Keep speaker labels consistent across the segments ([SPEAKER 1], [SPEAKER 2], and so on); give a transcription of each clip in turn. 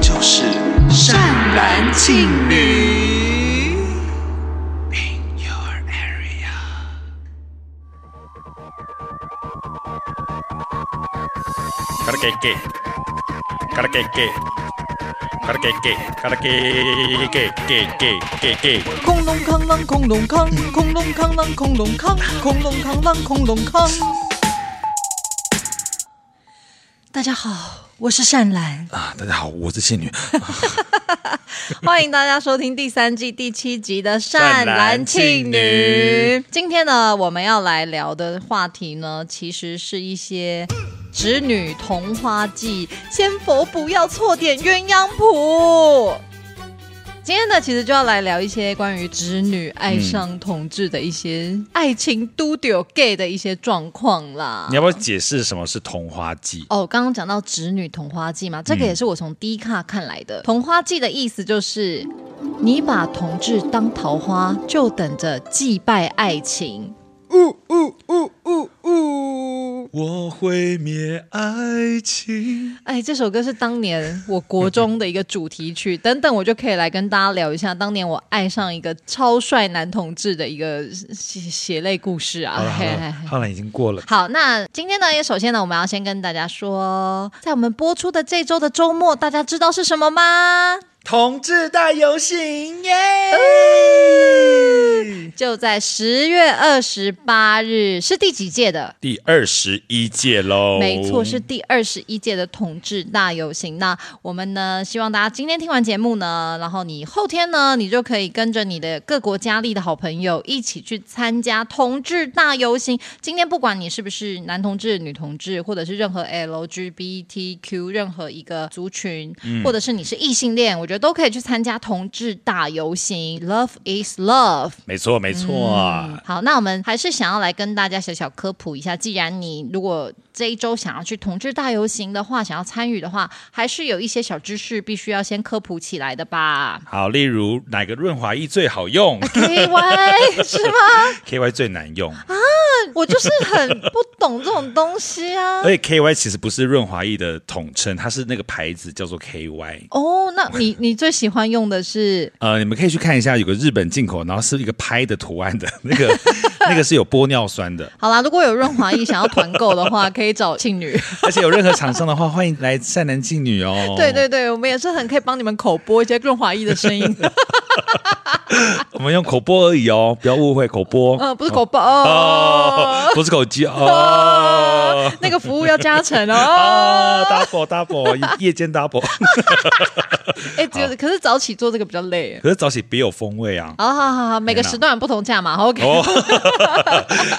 [SPEAKER 1] 就是善男信女。In your area，
[SPEAKER 2] 卡拉给给，卡拉给给，卡拉给给，卡拉给给给给给给。
[SPEAKER 3] 恐龙扛狼，恐龙扛，恐龙扛狼，恐龙扛，恐龙扛狼，恐龙扛。大家好，我是善兰，
[SPEAKER 4] 啊，大家好，我是仙女。
[SPEAKER 3] 欢迎大家收听第三季第七集的《善男信
[SPEAKER 2] 善男信
[SPEAKER 3] 女
[SPEAKER 2] 女》。
[SPEAKER 3] 今天呢，我们要来聊的话题呢，其实是一些侄女同花计，仙佛不要错点鸳鸯谱。今天呢，其实就要来聊一些关于侄女爱上同志的一些
[SPEAKER 4] 嗯
[SPEAKER 3] 爱情都丢 gay 的一些状况啦。
[SPEAKER 2] 你要不要解释什么是同花季？
[SPEAKER 3] 哦，刚刚讲到侄女同花季嘛，这个也是我从 D 卡看来的。同花季的意思就是，你把同志当桃花，就等着祭拜爱情。
[SPEAKER 4] 我毁灭爱情。
[SPEAKER 3] 哎，这首歌是当年我国中的一个主题 曲，等等我就可以来跟大家聊一下当年我爱上一个超帅男同志的一个血血泪故事啊。
[SPEAKER 4] 好
[SPEAKER 2] 哎
[SPEAKER 4] 了好
[SPEAKER 3] 嘿嘿
[SPEAKER 4] 了
[SPEAKER 3] 嘿，
[SPEAKER 4] 好了，已经过了。
[SPEAKER 3] 好，那今天呢，也首先呢，我们要先跟大家说，在我们播出的这周的周末，大家知道是什么吗？
[SPEAKER 4] 同志大游行耶！
[SPEAKER 3] 就在十月二十八日，是第几届的？
[SPEAKER 2] 第二十一届喽，
[SPEAKER 3] 没错，是第二十一届的同志大游行。那我们呢，希望大家今天听完节目呢，然后你后天呢，你就可以跟着你的各国家里的好朋友一起去参加同志大游行。今天不管你是不是男同志、女同志，或者是任何 LGBTQ 任何一个族群，或者是你是异性恋，我觉得都可以去参加同志大游行。Love is love。
[SPEAKER 2] 没错，没错啊。。
[SPEAKER 3] 好，那我们还是想要来跟大家小小科普一下。既然你如果这一周想要去同志大游行的话，想要参与的话，还是有一些小知识必须要先科普起来的吧
[SPEAKER 2] 好，例如哪个润滑液最好用
[SPEAKER 3] K Y 是吗？
[SPEAKER 2] ？KY 最难用，
[SPEAKER 3] 我就是很不懂这种东西啊
[SPEAKER 2] 而。且 KY 其实不是润滑液的统称，它是那个牌子叫做 KY。
[SPEAKER 3] 哦，那你你最喜欢用的是
[SPEAKER 2] 呃，你们可以去看一下，有个日本进口，然后是一个拍的图案的那个， 那个是有玻尿酸的。
[SPEAKER 3] 好啦，如果有润滑液想要团购的话，可以找庆女。
[SPEAKER 2] 而且有任何厂商的话，欢迎来善男信女哦。
[SPEAKER 3] 对对对，我们也是很可以帮你们口播一些润滑液的声音。
[SPEAKER 2] 我们用口播而已哦，不要误会，口播。
[SPEAKER 3] 呃，不是口播哦，
[SPEAKER 2] 哦，不是口技哦。
[SPEAKER 3] 那个服务要加成哦
[SPEAKER 2] 哦。，double double，夜间 double，
[SPEAKER 3] 哎、只有可是早起做这个比较累。
[SPEAKER 2] 可是早起别有风味啊！
[SPEAKER 3] 好好好好，每个时段有不同价码好，OK。
[SPEAKER 2] 哦，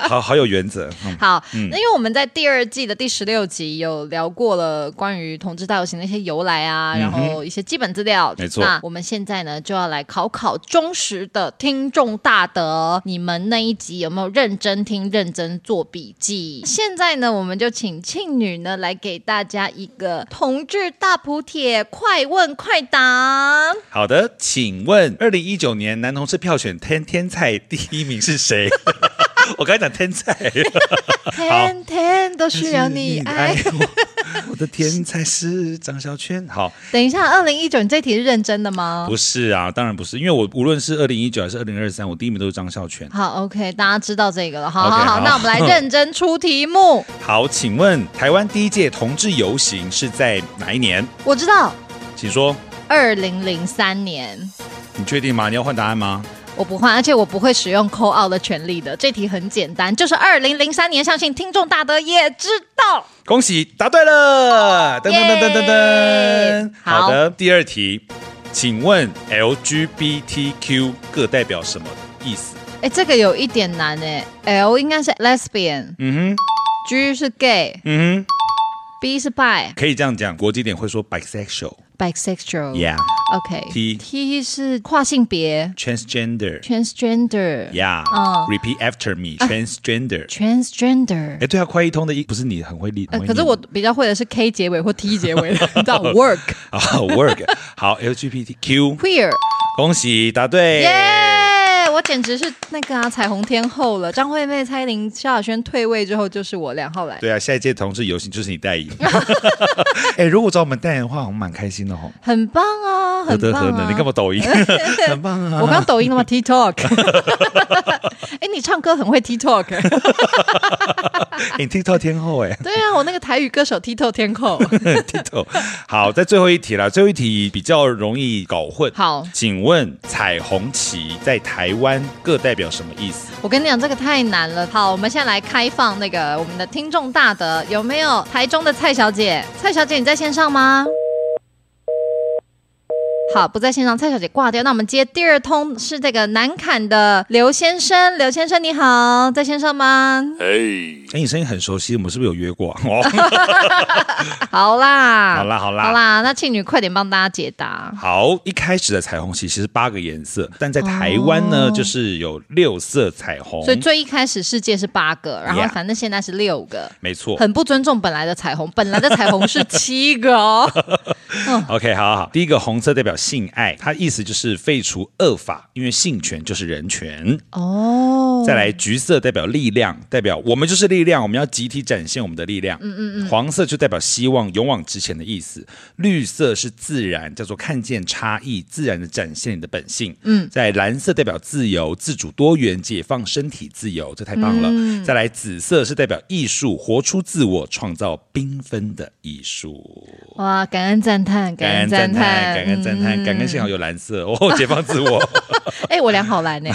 [SPEAKER 2] 好好有原则。嗯
[SPEAKER 3] 好，那因为我们在第二季的第十六集有聊过了关于同志大游行的一些由来啊，然后一些基本资料。
[SPEAKER 2] 嗯没错
[SPEAKER 3] 那我们现在呢就要来考考忠实的听众大德，你们那一集有没有认真听、认真做笔记？现在呢，我们就请庆女呢来给大家一个同志大补帖，快问 快答。
[SPEAKER 2] 好的，请问二零一九年男同志票选天天菜第一名是谁？ 我刚才讲天菜，
[SPEAKER 3] 天天都需 要你
[SPEAKER 2] 哎
[SPEAKER 3] 哎爱。
[SPEAKER 2] 我，我的天才是张小圈。好，
[SPEAKER 3] 等一下，二零一九，你这题是认真的吗？
[SPEAKER 2] 不是啊，当然不是，因为我无论是二零一九还是二零二三，我第一名都是张孝全。
[SPEAKER 3] 好，OK，大家知道这个了。好
[SPEAKER 2] OK，
[SPEAKER 3] 好好，
[SPEAKER 2] 好
[SPEAKER 3] 那我们来认真出题 目。
[SPEAKER 2] 好，请问台湾第一届同志游行是在哪一年？
[SPEAKER 3] 我知道，
[SPEAKER 2] 请说，
[SPEAKER 3] 二零零三年，
[SPEAKER 2] 你确定吗？你要换答案吗？
[SPEAKER 3] 我不换，而且我不会使用扣 out 的权利的。这题很简单，就是二零零三年，相信听众大德也知道。
[SPEAKER 2] 恭喜答对 了！噔噔噔噔噔
[SPEAKER 3] 耶
[SPEAKER 2] 噔。好的，第二题，请问 LGBTQ 各代表什么意思？
[SPEAKER 3] 哎，这个有一点难哎。L 应该是 lesbian，
[SPEAKER 2] 嗯哼，
[SPEAKER 3] G 是 gay，B
[SPEAKER 2] 嗯哼，
[SPEAKER 3] 是 bi，bisexual。
[SPEAKER 2] 可以这样讲，国际点会说 bisexual，yeah，transgender，
[SPEAKER 3] OK。
[SPEAKER 2] T
[SPEAKER 3] T 是跨性别 transgender。嗯
[SPEAKER 2] yeah，repeat after me，transgender。
[SPEAKER 3] transgender
[SPEAKER 2] 哎，。对啊，快一通的一不是你很会立，
[SPEAKER 3] 呃
[SPEAKER 2] 很，会
[SPEAKER 3] 可是
[SPEAKER 2] 念
[SPEAKER 3] 我比较会的是 K 结尾或 T 结尾的，你知道 work
[SPEAKER 2] 啊 work 好 LGBTQ，
[SPEAKER 3] queer，
[SPEAKER 2] 恭喜答对。
[SPEAKER 3] 耶！我简直是那个啊彩虹天后了。张惠妹、蔡依林、萧亚轩退位之后，就是我梁浩来。
[SPEAKER 2] 对啊，下一届同志游行就是你代 言。哎、如果找我们代言的话，我们蛮开心的吼。
[SPEAKER 3] 很棒啊，
[SPEAKER 2] 何
[SPEAKER 3] 很
[SPEAKER 2] 德
[SPEAKER 3] 棒
[SPEAKER 2] 何能？
[SPEAKER 3] 啊！
[SPEAKER 2] 你干嘛 抖音？很棒啊！
[SPEAKER 3] 我刚抖音了吗 ？TikTok。哎，你唱歌很会 TikTok。
[SPEAKER 2] 哎你 TikTok 天后哎、
[SPEAKER 3] 对啊，我那个台语歌手 TikTok 天后。
[SPEAKER 2] t i k t o k 好，在最后一题啦，最后一题比较容易搞混。
[SPEAKER 3] 好
[SPEAKER 2] 请问彩虹旗在台湾各代表什么意思？
[SPEAKER 3] 我跟你讲，这个太难了。好，我们现在来开放那个我们的听众大德，有没有台中的蔡小姐？蔡小姐，你在线上吗？好，不在线上，蔡小姐挂掉。那我们接第二通是这个南坎的刘先生，刘先生你好，在线上吗？
[SPEAKER 5] 嘿，
[SPEAKER 2] 哎、你声音很熟悉，我们是不是有约过、啊？哦，
[SPEAKER 3] 好啦，
[SPEAKER 2] 好啦好啦
[SPEAKER 3] 好啦，那庆女快点帮大家解答。
[SPEAKER 2] 好，一开始的彩虹旗其实八个颜色，但在台湾呢，
[SPEAKER 3] 哦
[SPEAKER 2] 就是有六色彩虹。
[SPEAKER 3] 所以最一开始世界是八个，然后
[SPEAKER 2] Yeah
[SPEAKER 3] 反正现在是六个，
[SPEAKER 2] 没 错。
[SPEAKER 3] 很不尊重本来的彩虹，本来的彩虹是七个哦。
[SPEAKER 2] OK，好好好。第一个红色代表性爱，它意思就是废除恶法，因为性权就是人权。
[SPEAKER 3] 哦，
[SPEAKER 2] 再来，橘色代表力量，代表我们就是力量，我们要集体展现我们的力量。嗯嗯嗯。黄色就代表希望，勇往直前的意思。绿色是自然，叫做看见差异，自然的展现你的本性。嗯。在蓝色代表自由、自主、多元、解放身体自由，这太棒了。再来，紫色是代表艺术，活出自我，创造缤纷的艺术。
[SPEAKER 3] 哇，感恩赞叹，
[SPEAKER 2] 感恩
[SPEAKER 3] 恩
[SPEAKER 2] 赞
[SPEAKER 3] 赞
[SPEAKER 2] 叹，嗯感恩赞叹，感恩幸好有蓝色哦，解放自 我。
[SPEAKER 3] 哎、我良好来呢，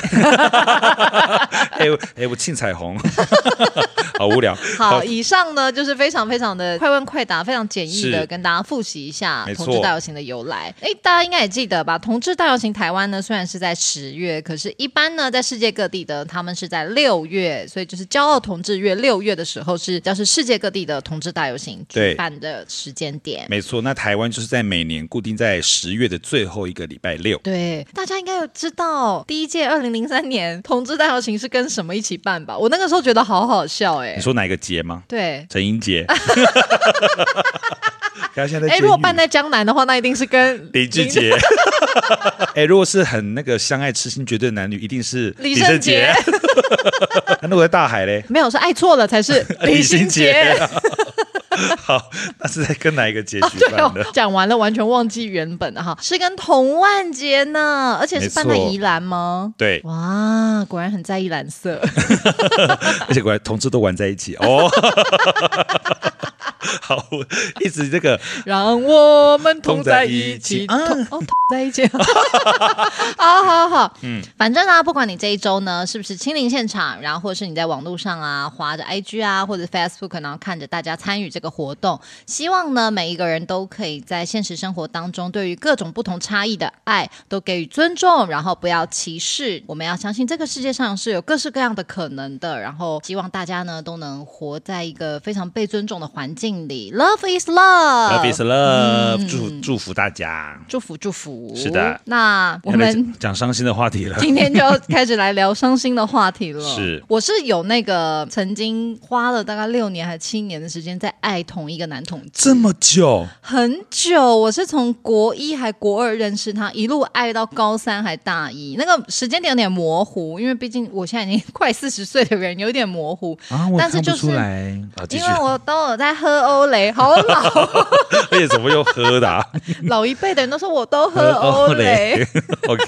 [SPEAKER 2] 哎我哎，我庆彩虹， 好无聊。
[SPEAKER 3] 好，以上呢就是非常非常的快问快答，非常简易的
[SPEAKER 2] 是
[SPEAKER 3] 跟大家复习一下
[SPEAKER 2] 没错
[SPEAKER 3] 同志大游行的由来。哎，大家应该也记得吧？同志大游行台湾呢虽然是在十月，可是一般呢在世界各地的他们是在六月，所以就是骄傲同志月六月的时候是叫是世界各地的同志大游行
[SPEAKER 2] 对
[SPEAKER 3] 举办的时间点。
[SPEAKER 2] 没错，那台湾就是在每年固定在十月的最后一个礼拜六。
[SPEAKER 3] 对，大家应该有知道第一届二零零三年同志大游行是跟什么一起办吧？我那个时候觉得好好笑哎、
[SPEAKER 2] 你说哪一个节吗？
[SPEAKER 3] 对，
[SPEAKER 2] 陈英 杰。他现在在监
[SPEAKER 3] 哎，如果
[SPEAKER 2] 狱
[SPEAKER 3] 办在江南的话，那一定是 跟
[SPEAKER 2] 林志杰，哎，如果是很那个相爱痴心绝对男女，一定是
[SPEAKER 3] 李
[SPEAKER 2] 圣
[SPEAKER 3] 圣杰。
[SPEAKER 2] 那如果在大海嘞，
[SPEAKER 3] 没有是爱错了 才是 李心洁。。
[SPEAKER 2] 好，那是在跟哪一个节举
[SPEAKER 3] 对
[SPEAKER 2] 办
[SPEAKER 3] 哦
[SPEAKER 2] 的？，
[SPEAKER 3] 讲完了完全忘记原本啊了哈，是跟童万杰呢，而且是办在
[SPEAKER 2] 没错
[SPEAKER 3] 宜兰吗？
[SPEAKER 2] 对，
[SPEAKER 3] 哇，果然很在意蓝色。
[SPEAKER 2] 而且果然同志都玩在一起哦。 好，我一直这个
[SPEAKER 3] 让我们同在一起，
[SPEAKER 2] 同在一起啊
[SPEAKER 3] 同哦，同在一起，好好好，嗯，反正啊，不管你这一周呢是不是亲临现场，然后或者是你在网络上啊，划着 IG 啊，或者 Facebook，然后看着大家参与这个活动，希望呢每一个人都可以在现实生活当中对于各种不同差异的爱都给予尊重，然后不要歧视。我们要相信这个世界上是有各式各样的可能的，然后希望大家呢都能活在一个非常被尊重的环境里。Love is love。
[SPEAKER 2] Love is
[SPEAKER 3] 嗯
[SPEAKER 2] love，祝祝福大家。
[SPEAKER 3] 祝福祝福。
[SPEAKER 2] 是的
[SPEAKER 3] 那我
[SPEAKER 2] 要来
[SPEAKER 3] 们
[SPEAKER 2] 讲讲伤心的话题 了。
[SPEAKER 3] 今天就要开始来聊伤心的话题了。
[SPEAKER 2] 是
[SPEAKER 3] 我是有那个曾经花了大概六年还七年的时间在爱同一个男同志，
[SPEAKER 2] 这么久，
[SPEAKER 3] 很久。我是从国一还国二认识他，一路爱到高三还大一，那个时间点有点模糊，因为毕竟我现在已经快四十岁的人，有点模糊。
[SPEAKER 2] 啊，我
[SPEAKER 3] 但是
[SPEAKER 2] 看
[SPEAKER 3] 就
[SPEAKER 2] 不
[SPEAKER 3] 是
[SPEAKER 2] 出来啊，继
[SPEAKER 3] 因
[SPEAKER 2] 续
[SPEAKER 3] 为。我都有在喝欧蕾，好老
[SPEAKER 2] 而且怎么又喝的啊？
[SPEAKER 3] 老一辈的人都说我都 喝
[SPEAKER 2] 欧
[SPEAKER 3] 欧蕾。
[SPEAKER 2] OK，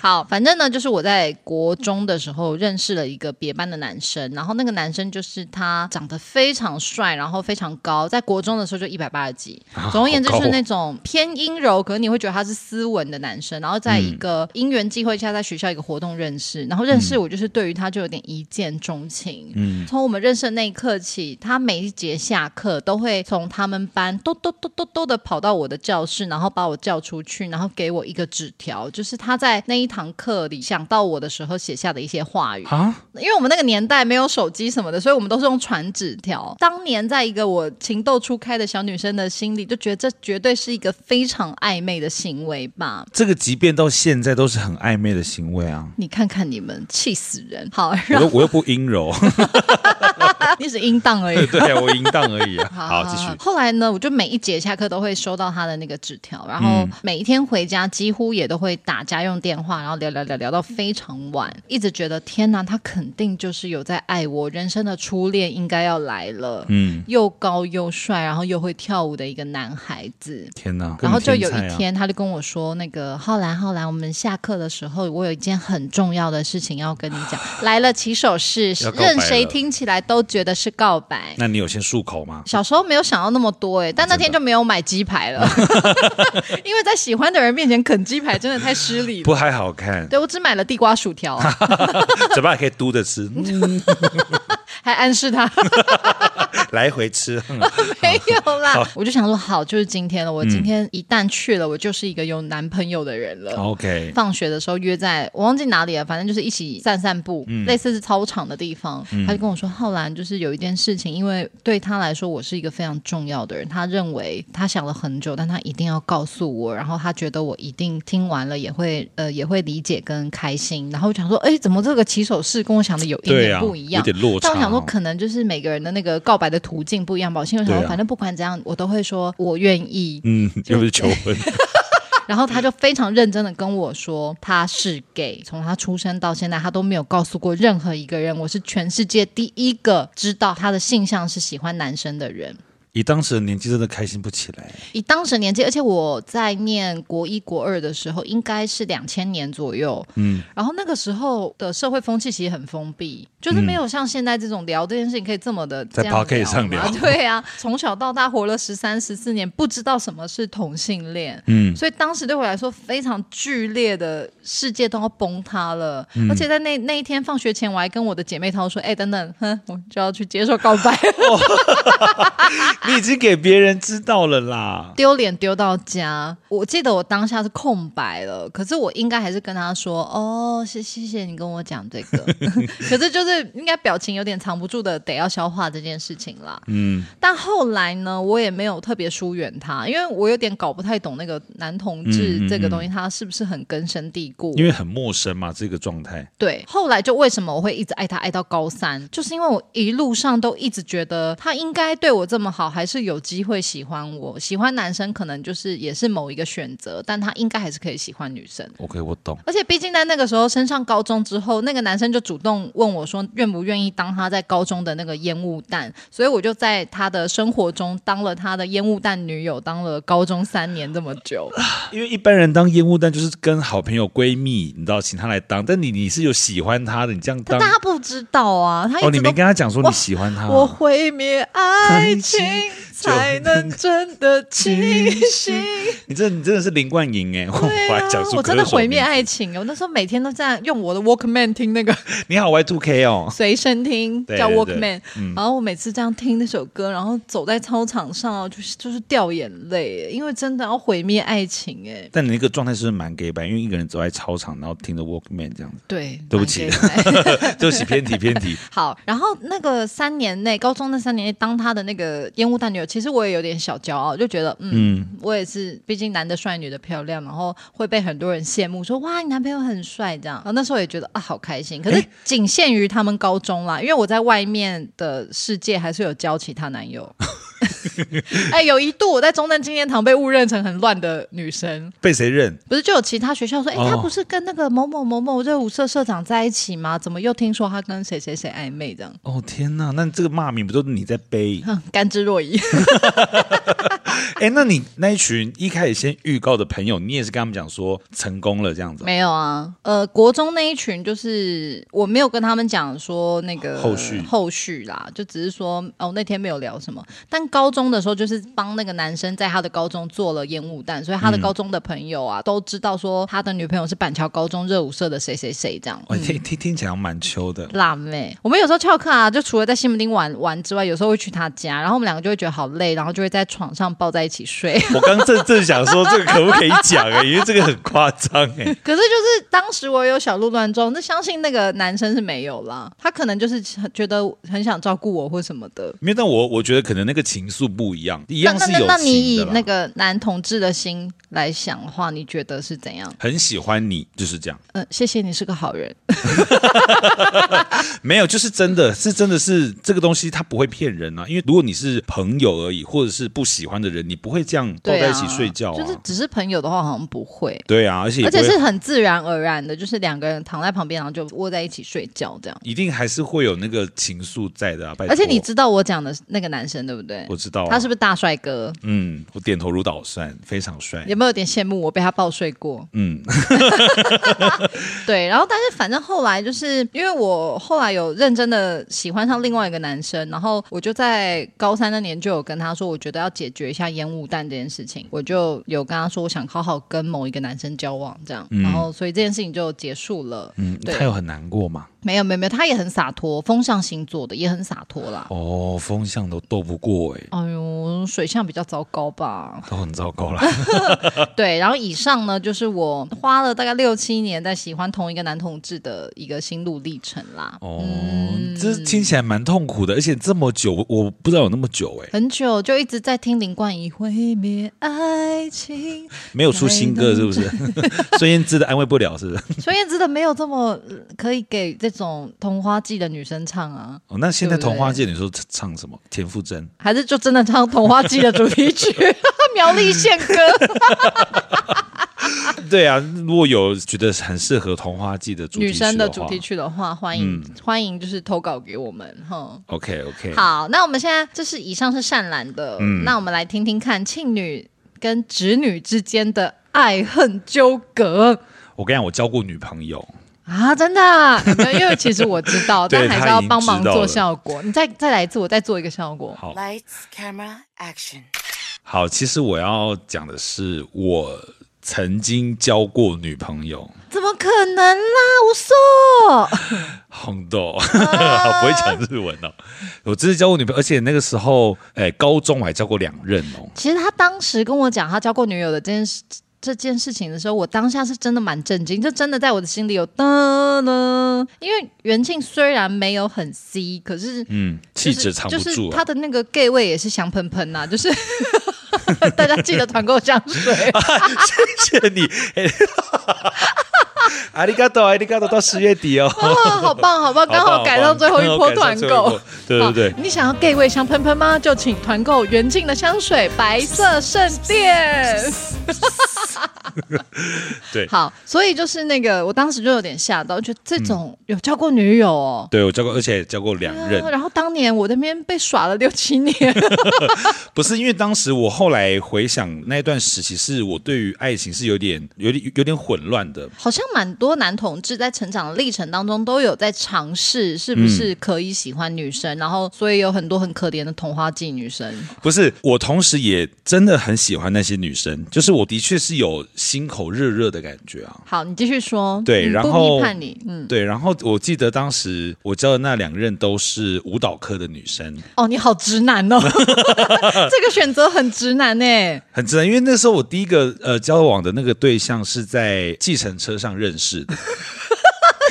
[SPEAKER 3] 好，反正呢，就是我在国中的时候认识了一个别班的男生，然后那个男生就是他长得非常帅，然后非常高，在国中的时候就一百八十几。总而言之，
[SPEAKER 2] 好
[SPEAKER 3] 就
[SPEAKER 2] 高哦
[SPEAKER 3] 是那种偏阴柔，可是你会觉得他是斯文的男生。然后在一个因缘际会下，在学校一个活动认识，然后认识我就是对于他就有点一见钟情。嗯，从我们认识的那一刻起，他每一节下课都会从他们班咚咚咚咚咚的跑到我的教室，然后把我叫出去，然后给我一个纸条，就是他在那一堂课里想到我的时候写下的一些话语。
[SPEAKER 2] 啊，
[SPEAKER 3] 因为我们那个年代没有手机什么的，所以我们都是用传纸条。当年在一个我情窦初开的小女生的心里，就觉得这绝对是一个非常暧昧的行为吧。
[SPEAKER 2] 这个即便到现在都是很暧昧的行为啊。
[SPEAKER 3] 你看看你们，气死人！好，
[SPEAKER 2] 我
[SPEAKER 3] 然
[SPEAKER 2] 又
[SPEAKER 3] 后
[SPEAKER 2] 我又不阴柔，
[SPEAKER 3] 你只是应当而已。
[SPEAKER 2] 对啊，我淫荡而已啊。好，继续。
[SPEAKER 3] 后来呢，我就每一节下课都会收到他的那个纸条，然
[SPEAKER 2] 嗯
[SPEAKER 3] 后每一天回家几乎也都会打家用电话，然后聊聊聊聊到非常晚，一直觉得天哪，他肯定就是有在爱我，人生的初恋应该要来了。
[SPEAKER 2] 嗯，
[SPEAKER 3] 又高又帅，然后又会跳舞的一个男孩子。
[SPEAKER 2] 天哪！
[SPEAKER 3] 然后就
[SPEAKER 2] 根
[SPEAKER 3] 有
[SPEAKER 2] 本天才
[SPEAKER 3] 一
[SPEAKER 2] 啊，
[SPEAKER 3] 天，他就跟我说：“那个浩然，浩然，我们下课的时候，我有一件很重要的事情要跟你 讲。来了起手式
[SPEAKER 2] 要，告白了
[SPEAKER 3] 任谁听起来都觉得是告白。
[SPEAKER 2] 那你有先漱口吗？
[SPEAKER 3] 小时候没有想到那么多哎、但那天就没有买鸡排了，因为在喜欢的人面前啃鸡排真的太失礼了。
[SPEAKER 2] 不太好 看，
[SPEAKER 3] 对我只买了地瓜薯条，
[SPEAKER 2] 嘴巴还可以嘟着吃，嗯
[SPEAKER 3] 还暗示他
[SPEAKER 2] 来回吃。 嗯
[SPEAKER 3] 没有啦。我就想说，好，就是今天了。我今天一旦去了，我就是一个有男朋友的人
[SPEAKER 2] 哦
[SPEAKER 3] 了。
[SPEAKER 2] OK，
[SPEAKER 3] 放学的时候约在我忘记哪里了，反正就是一起散散步，
[SPEAKER 2] 嗯
[SPEAKER 3] 类似是操场的地方。他就跟我说，浩然就是有一件事情，因为对他来说我是一个非常重要的人，他认为他想了很久，但他一定要告诉我，然后他觉得我一定听完了也会呃也会理解跟开心。然后我想说，哎，怎么这个起手式跟我想的有一
[SPEAKER 2] 对
[SPEAKER 3] 点
[SPEAKER 2] 啊，
[SPEAKER 3] 不一样
[SPEAKER 2] 有？点落差
[SPEAKER 3] 但
[SPEAKER 2] 哦。
[SPEAKER 3] 我想说，可能就是每个人的那个告白的途径不一样吧。我心里想
[SPEAKER 2] 对
[SPEAKER 3] 说，
[SPEAKER 2] 啊
[SPEAKER 3] 反正不管怎样，我都会说我愿意。
[SPEAKER 2] 嗯，又 不是求婚，
[SPEAKER 3] 然后他就非常认真的跟我说他是 gay，从他出生到现在，他都没有告诉过任何一个人。我是全世界第一个知道他的性向是喜欢男生的人。
[SPEAKER 2] 以当时的年纪，真的开心不起来。
[SPEAKER 3] 以当时年纪，而且我在念国一、国二的时候，应该是两千年左右。嗯，然后那个时候的社会风气其实很封闭，就是没有像现在这种聊这件事情可以这么的
[SPEAKER 2] 在 podcast 上聊
[SPEAKER 3] 聊嘛。 对啊，从小到大活了十三、十四年，不知道什么是同性恋。嗯，所以当时对我来说非常剧烈的世界都要崩塌了。而且在那那一天放学前，我还跟我的姐妹淘说：“哎、等等，哼，我就要去接受告白。”
[SPEAKER 2] 你已经给别人知道了啦。
[SPEAKER 3] 丢脸丢到家。我记得我当下是空白了，可是我应该还是跟他说：“哦，谢谢谢你跟我讲这 个。”可是就是应该表情有点藏不住的，得要消化这件事情啦。
[SPEAKER 2] 嗯，
[SPEAKER 3] 但后来呢，我也没有特别疏远他，因为我有点搞不太懂那个男同
[SPEAKER 2] 嗯嗯
[SPEAKER 3] 志
[SPEAKER 2] 嗯
[SPEAKER 3] 这个东西，他是不是很根深蒂固？
[SPEAKER 2] 因为很陌生嘛，这个状态。
[SPEAKER 3] 对，后来就为什么我会一直爱他爱到高三，就是因为我一路上都一直觉得他应该对我这么好，还是有机会喜欢我。喜欢男生可能就是也是某一个选择，但他应该还是可以喜欢女生。
[SPEAKER 2] OK，我懂。
[SPEAKER 3] 而且毕竟在那个时候升上高中之后，那个男生就主动问我说愿不愿意当他在高中的那个烟雾弹，所以我就在他的生活中当了他的烟雾弹女友，当了高中三年这么久。
[SPEAKER 2] 因为一般人当烟雾弹就是跟好朋友、闺蜜，你知道，请她来当。但你你是有喜欢她的，你这样当
[SPEAKER 3] 但他不知道啊，他
[SPEAKER 2] 哦，
[SPEAKER 3] 一
[SPEAKER 2] 你
[SPEAKER 3] 直
[SPEAKER 2] 没
[SPEAKER 3] 都
[SPEAKER 2] 跟她讲说你喜欢她。
[SPEAKER 3] 我毁灭爱情，才能真的清 醒。
[SPEAKER 2] 你这你真的是林冠莹哎，我
[SPEAKER 3] 对
[SPEAKER 2] 我还
[SPEAKER 3] 啊
[SPEAKER 2] 讲出
[SPEAKER 3] 我真的
[SPEAKER 2] 歌手
[SPEAKER 3] 毁灭
[SPEAKER 2] 名
[SPEAKER 3] 爱情。我那时候每天都在用我的 Walkman 听那个
[SPEAKER 2] 字。你好 Y Two K 哦，
[SPEAKER 3] 随身听，
[SPEAKER 2] 对
[SPEAKER 3] 叫
[SPEAKER 2] 对嗯
[SPEAKER 3] Walkman。然后我每次这样听那首歌，然后走在操场上哦，就是就是掉眼泪，因为真的要毁灭爱情哎。
[SPEAKER 2] 但你那个状态是不是蛮 gay 白？因为一个人走在操场，然后听着 Walkman 这样 子。
[SPEAKER 3] 对，
[SPEAKER 2] 对不起
[SPEAKER 3] 蛮 gay 的
[SPEAKER 2] 对不起，偏题偏题。
[SPEAKER 3] 好，然后那个三年内，高中那三年内，当他的那个烟雾弹女友，其实我也有点小骄傲，就觉得，嗯，我也是，毕竟男的帅，女的漂亮，然后会被很多人羡慕，说哇，你男朋友很帅这样。然后那时候也觉得啊，好开心。可是仅限于他们高中啦，因为我在外面的世界还是有交其他男友。 哎、有一度我在中正纪念堂被误认成很乱的女生，
[SPEAKER 2] 被谁认？
[SPEAKER 3] 不是就有其他学校说，哎、
[SPEAKER 2] 哦
[SPEAKER 3] 他不是跟那个某某某某热舞社社长在一起吗？怎么又听说他跟谁谁谁暧昧这样？
[SPEAKER 2] 哦天哪，那这个骂名不都是你在背？
[SPEAKER 3] 哼 甘之若饴。
[SPEAKER 2] 哎，那你那一群一开始先预告的朋友，你也是跟他们讲说成功了这样子哦？
[SPEAKER 3] 没有啊，呃，国中那一群就是我没有跟他们讲说那个
[SPEAKER 2] 后续
[SPEAKER 3] 后续啦，就只是说哦那天没有聊什么。但高中的时候就是帮那个男生在他的高中做了烟雾弹，所以他的高中的朋友啊、都知道说他的女朋友是板桥高中热舞社的谁谁谁这样。
[SPEAKER 2] 哦，听听听起来好像蛮秋的。
[SPEAKER 3] 嗯 辣妹，我们有时候翘课啊，就除了在西门町玩玩之外，有时候会去他家，然后我们两个就会觉得好累，然后就会在床上抱在一起睡。
[SPEAKER 2] 我刚正正想说这个可不可以讲哎、因为这个很夸张哎。
[SPEAKER 3] 可是就是当时我有小鹿乱撞，那相信那个男生是没有啦，他可能就是觉得很想照顾我或什么的。
[SPEAKER 2] 没有，但我我觉得可能那个情愫不一样，一
[SPEAKER 3] 那
[SPEAKER 2] 样
[SPEAKER 3] 那
[SPEAKER 2] 是有
[SPEAKER 3] 那
[SPEAKER 2] 情的
[SPEAKER 3] 那你以
[SPEAKER 2] 啦
[SPEAKER 3] 那个男同志的心来想的话，你觉得是怎样？
[SPEAKER 2] 很喜欢你就是这样，
[SPEAKER 3] 嗯，谢谢你是个好人。
[SPEAKER 2] 没有就是真的是真的是这个东西它不会骗人啊，因为如果你是朋友而已，或者是不喜欢的人，你不会这样 抱
[SPEAKER 3] 对
[SPEAKER 2] 在一起睡觉啊。
[SPEAKER 3] 就是只是朋友的话，好像不会。
[SPEAKER 2] 对啊，而且也
[SPEAKER 3] 而
[SPEAKER 2] 不会
[SPEAKER 3] 且是很自然而然的，就是两个人躺在旁边，然后就窝在一起睡觉这样。
[SPEAKER 2] 一定还是会有那个情愫在的啊。拜托
[SPEAKER 3] 而且你知道我讲的那个男生对不对
[SPEAKER 2] 我？知道、啊，
[SPEAKER 3] 他是不是大帅哥？
[SPEAKER 2] 嗯，我点头如捣蒜，非常帅
[SPEAKER 3] 有。没有点羡慕我被他抱睡过？
[SPEAKER 2] 嗯，
[SPEAKER 3] 对，然后但是反正后来就是因为我后来有认真的喜欢上另外一个男生，然后我就在高三那年就有跟他说，我觉得要解决一下烟雾弹这件事情，我就有跟他说我想好好跟某一个男生交往这样，然后所以这件事情就结束了。
[SPEAKER 2] 嗯，
[SPEAKER 3] 对
[SPEAKER 2] 他有很难过嘛？
[SPEAKER 3] 没有没有没有，他也很洒脱，风象星座的也很洒脱啦。
[SPEAKER 2] 哦，风向都斗不过哎、
[SPEAKER 3] 哎呦，水象比较糟糕吧？
[SPEAKER 2] 都很糟糕啦。
[SPEAKER 3] 对，然后以上呢，就是我花了大概六七年在喜欢同一个男同志的一个心路历程啦。
[SPEAKER 2] 哦，
[SPEAKER 3] 嗯
[SPEAKER 2] 这听起来蛮痛苦的，而且这么久，我我不知道有那么久哎、
[SPEAKER 3] 很久就一直在听林冠仪《毁灭爱情》，
[SPEAKER 2] 没有出新歌是不 是？孙燕姿的安慰不了是不是？
[SPEAKER 3] 孙燕姿的没有这么呃可以给这种童花季的女生唱啊，
[SPEAKER 2] 哦，那现在
[SPEAKER 3] 对不对
[SPEAKER 2] 童话界你说唱什么？田馥甄。
[SPEAKER 3] 还是就真的唱童花季的主题曲 《苗栗县歌》。
[SPEAKER 2] 对啊，如果有觉得很适合童话季的主题
[SPEAKER 3] 女
[SPEAKER 2] 曲嗯
[SPEAKER 3] 生的
[SPEAKER 2] 话
[SPEAKER 3] 主题曲的话，欢迎、欢迎就是投稿给我们哈。
[SPEAKER 2] ，OK OK，
[SPEAKER 3] 好，那我们现在这是以上是善兰的，
[SPEAKER 2] 嗯
[SPEAKER 3] 那我们来听听看庆女跟直女之间的爱恨纠葛
[SPEAKER 2] 我跟你讲，我交过女朋友，
[SPEAKER 3] 啊，真的啊、没有因为其实我知道，但
[SPEAKER 2] 对
[SPEAKER 3] 还是
[SPEAKER 2] 他
[SPEAKER 3] 要
[SPEAKER 2] 已经
[SPEAKER 3] 帮忙
[SPEAKER 2] 知道
[SPEAKER 3] 做
[SPEAKER 2] 了
[SPEAKER 3] 效果。你再再来一次，我再做一个效果。
[SPEAKER 2] 好
[SPEAKER 1] Lights, camera, action.
[SPEAKER 2] 好，其实我要讲的是，我曾经交过女朋友，
[SPEAKER 3] 怎么可能啦？我说，
[SPEAKER 2] 红豆，
[SPEAKER 3] 啊
[SPEAKER 2] 我 不会讲日文哦。我真是交过女朋友，而且那个时候，哎，高中我还交过两任哦。
[SPEAKER 3] 其实他当时跟我讲他交过女友的这件事。这件事情的时候，我当下是真的蛮震惊，这真的在我的心里有噔噔。因为元庆虽然没有很 C，可是
[SPEAKER 2] 嗯，气质藏不
[SPEAKER 3] 就是
[SPEAKER 2] 住、
[SPEAKER 3] 就是
[SPEAKER 2] 啊
[SPEAKER 3] 他。的那个 gay 味也是香喷喷啊呐，就是 大家记得团购香水。
[SPEAKER 2] 谢谢你，哎阿里嘎多，阿里嘎多，到十月 底哦。
[SPEAKER 3] 哦，好棒好棒，刚好赶上最后一波团购。。
[SPEAKER 2] 对对对
[SPEAKER 3] 好，你想要 gay 味香喷喷吗？就请团购元庆的香水白色圣殿。
[SPEAKER 2] 对
[SPEAKER 3] 好，所以就是那个，我当时就有点吓到，就这种有交过女友哦。
[SPEAKER 2] 对我交过，而且交过两任
[SPEAKER 3] 啊。然后当年我那边被耍了六七年，
[SPEAKER 2] 不是因为当时我后来回想那一段时期，是我对于爱情是有点、有点、有点混乱的。
[SPEAKER 3] 好像蛮多男同志在成长的历程当中都有在尝试，是不是可以喜欢女生？然后，所以有很多很可怜的童话季女生。
[SPEAKER 2] 不是，我同时也真的很喜欢那些女生，就是我的确是有心口热热的感觉啊。
[SPEAKER 3] 好，你继续说。
[SPEAKER 2] 对
[SPEAKER 3] 嗯
[SPEAKER 2] 然
[SPEAKER 3] 不
[SPEAKER 2] 后
[SPEAKER 3] 批判你，嗯，
[SPEAKER 2] 对，然后我记得当时我教的那两任都是舞蹈科的女生，
[SPEAKER 3] 哦，你好直男 哦，这个选择很直男欸呢、
[SPEAKER 2] 很自然，因为那时候我第一个呃交往的那个对象是在计程车上认识 的。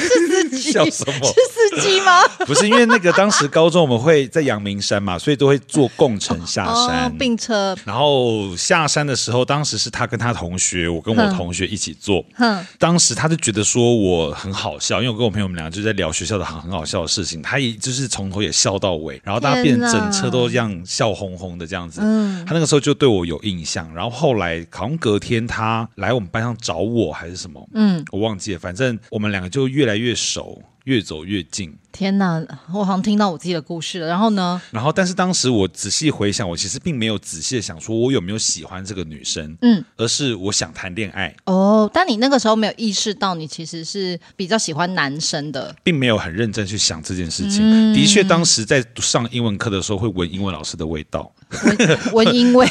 [SPEAKER 2] 笑什么？
[SPEAKER 3] 是司机吗？
[SPEAKER 2] 不是因为那个当时高中我们会在阳明山嘛，所以都会坐共乘下山。
[SPEAKER 3] 哦，并车，
[SPEAKER 2] 然后下山的时候，当时是他跟他同学，我跟我同学一起坐。
[SPEAKER 3] 哼
[SPEAKER 2] 当时他就觉得说我很好笑，因为我跟我朋友我们俩就在聊学校的很好笑的事情，他也就是从头也笑到尾，然后大家变
[SPEAKER 3] 天哪
[SPEAKER 2] 成整车都这样笑哄哄的这样子。
[SPEAKER 3] 嗯
[SPEAKER 2] 他那个时候就对我有印象，然后后来好像隔天他来我们班上找我还是什么，嗯，我忘记了，反正我们两个就越来越熟，越走越近。
[SPEAKER 3] 天哪，我好像听到我自己的故事了。然后呢？
[SPEAKER 2] 然后，但是当时我仔细回想，我其实并没有仔细的想说我有没有喜欢这个女生，
[SPEAKER 3] 嗯，
[SPEAKER 2] 而是我想谈恋爱，
[SPEAKER 3] 哦，但你那个时候没有意识到，你其实是比较喜欢男生的。
[SPEAKER 2] 并没有很认真去想这件事情。
[SPEAKER 3] 嗯
[SPEAKER 2] 的确，当时在 上英文课的时候，会闻英文老师的味道，
[SPEAKER 3] 文文因为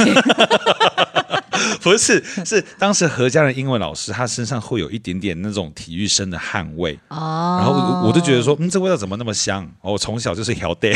[SPEAKER 2] 不是，是当时何家的英文老师，他身上会有一点点那种体育生的汗味。
[SPEAKER 3] 哦，
[SPEAKER 2] 然后我我就觉得说，嗯，这味道怎么那么香？哦我从小 就是摇带，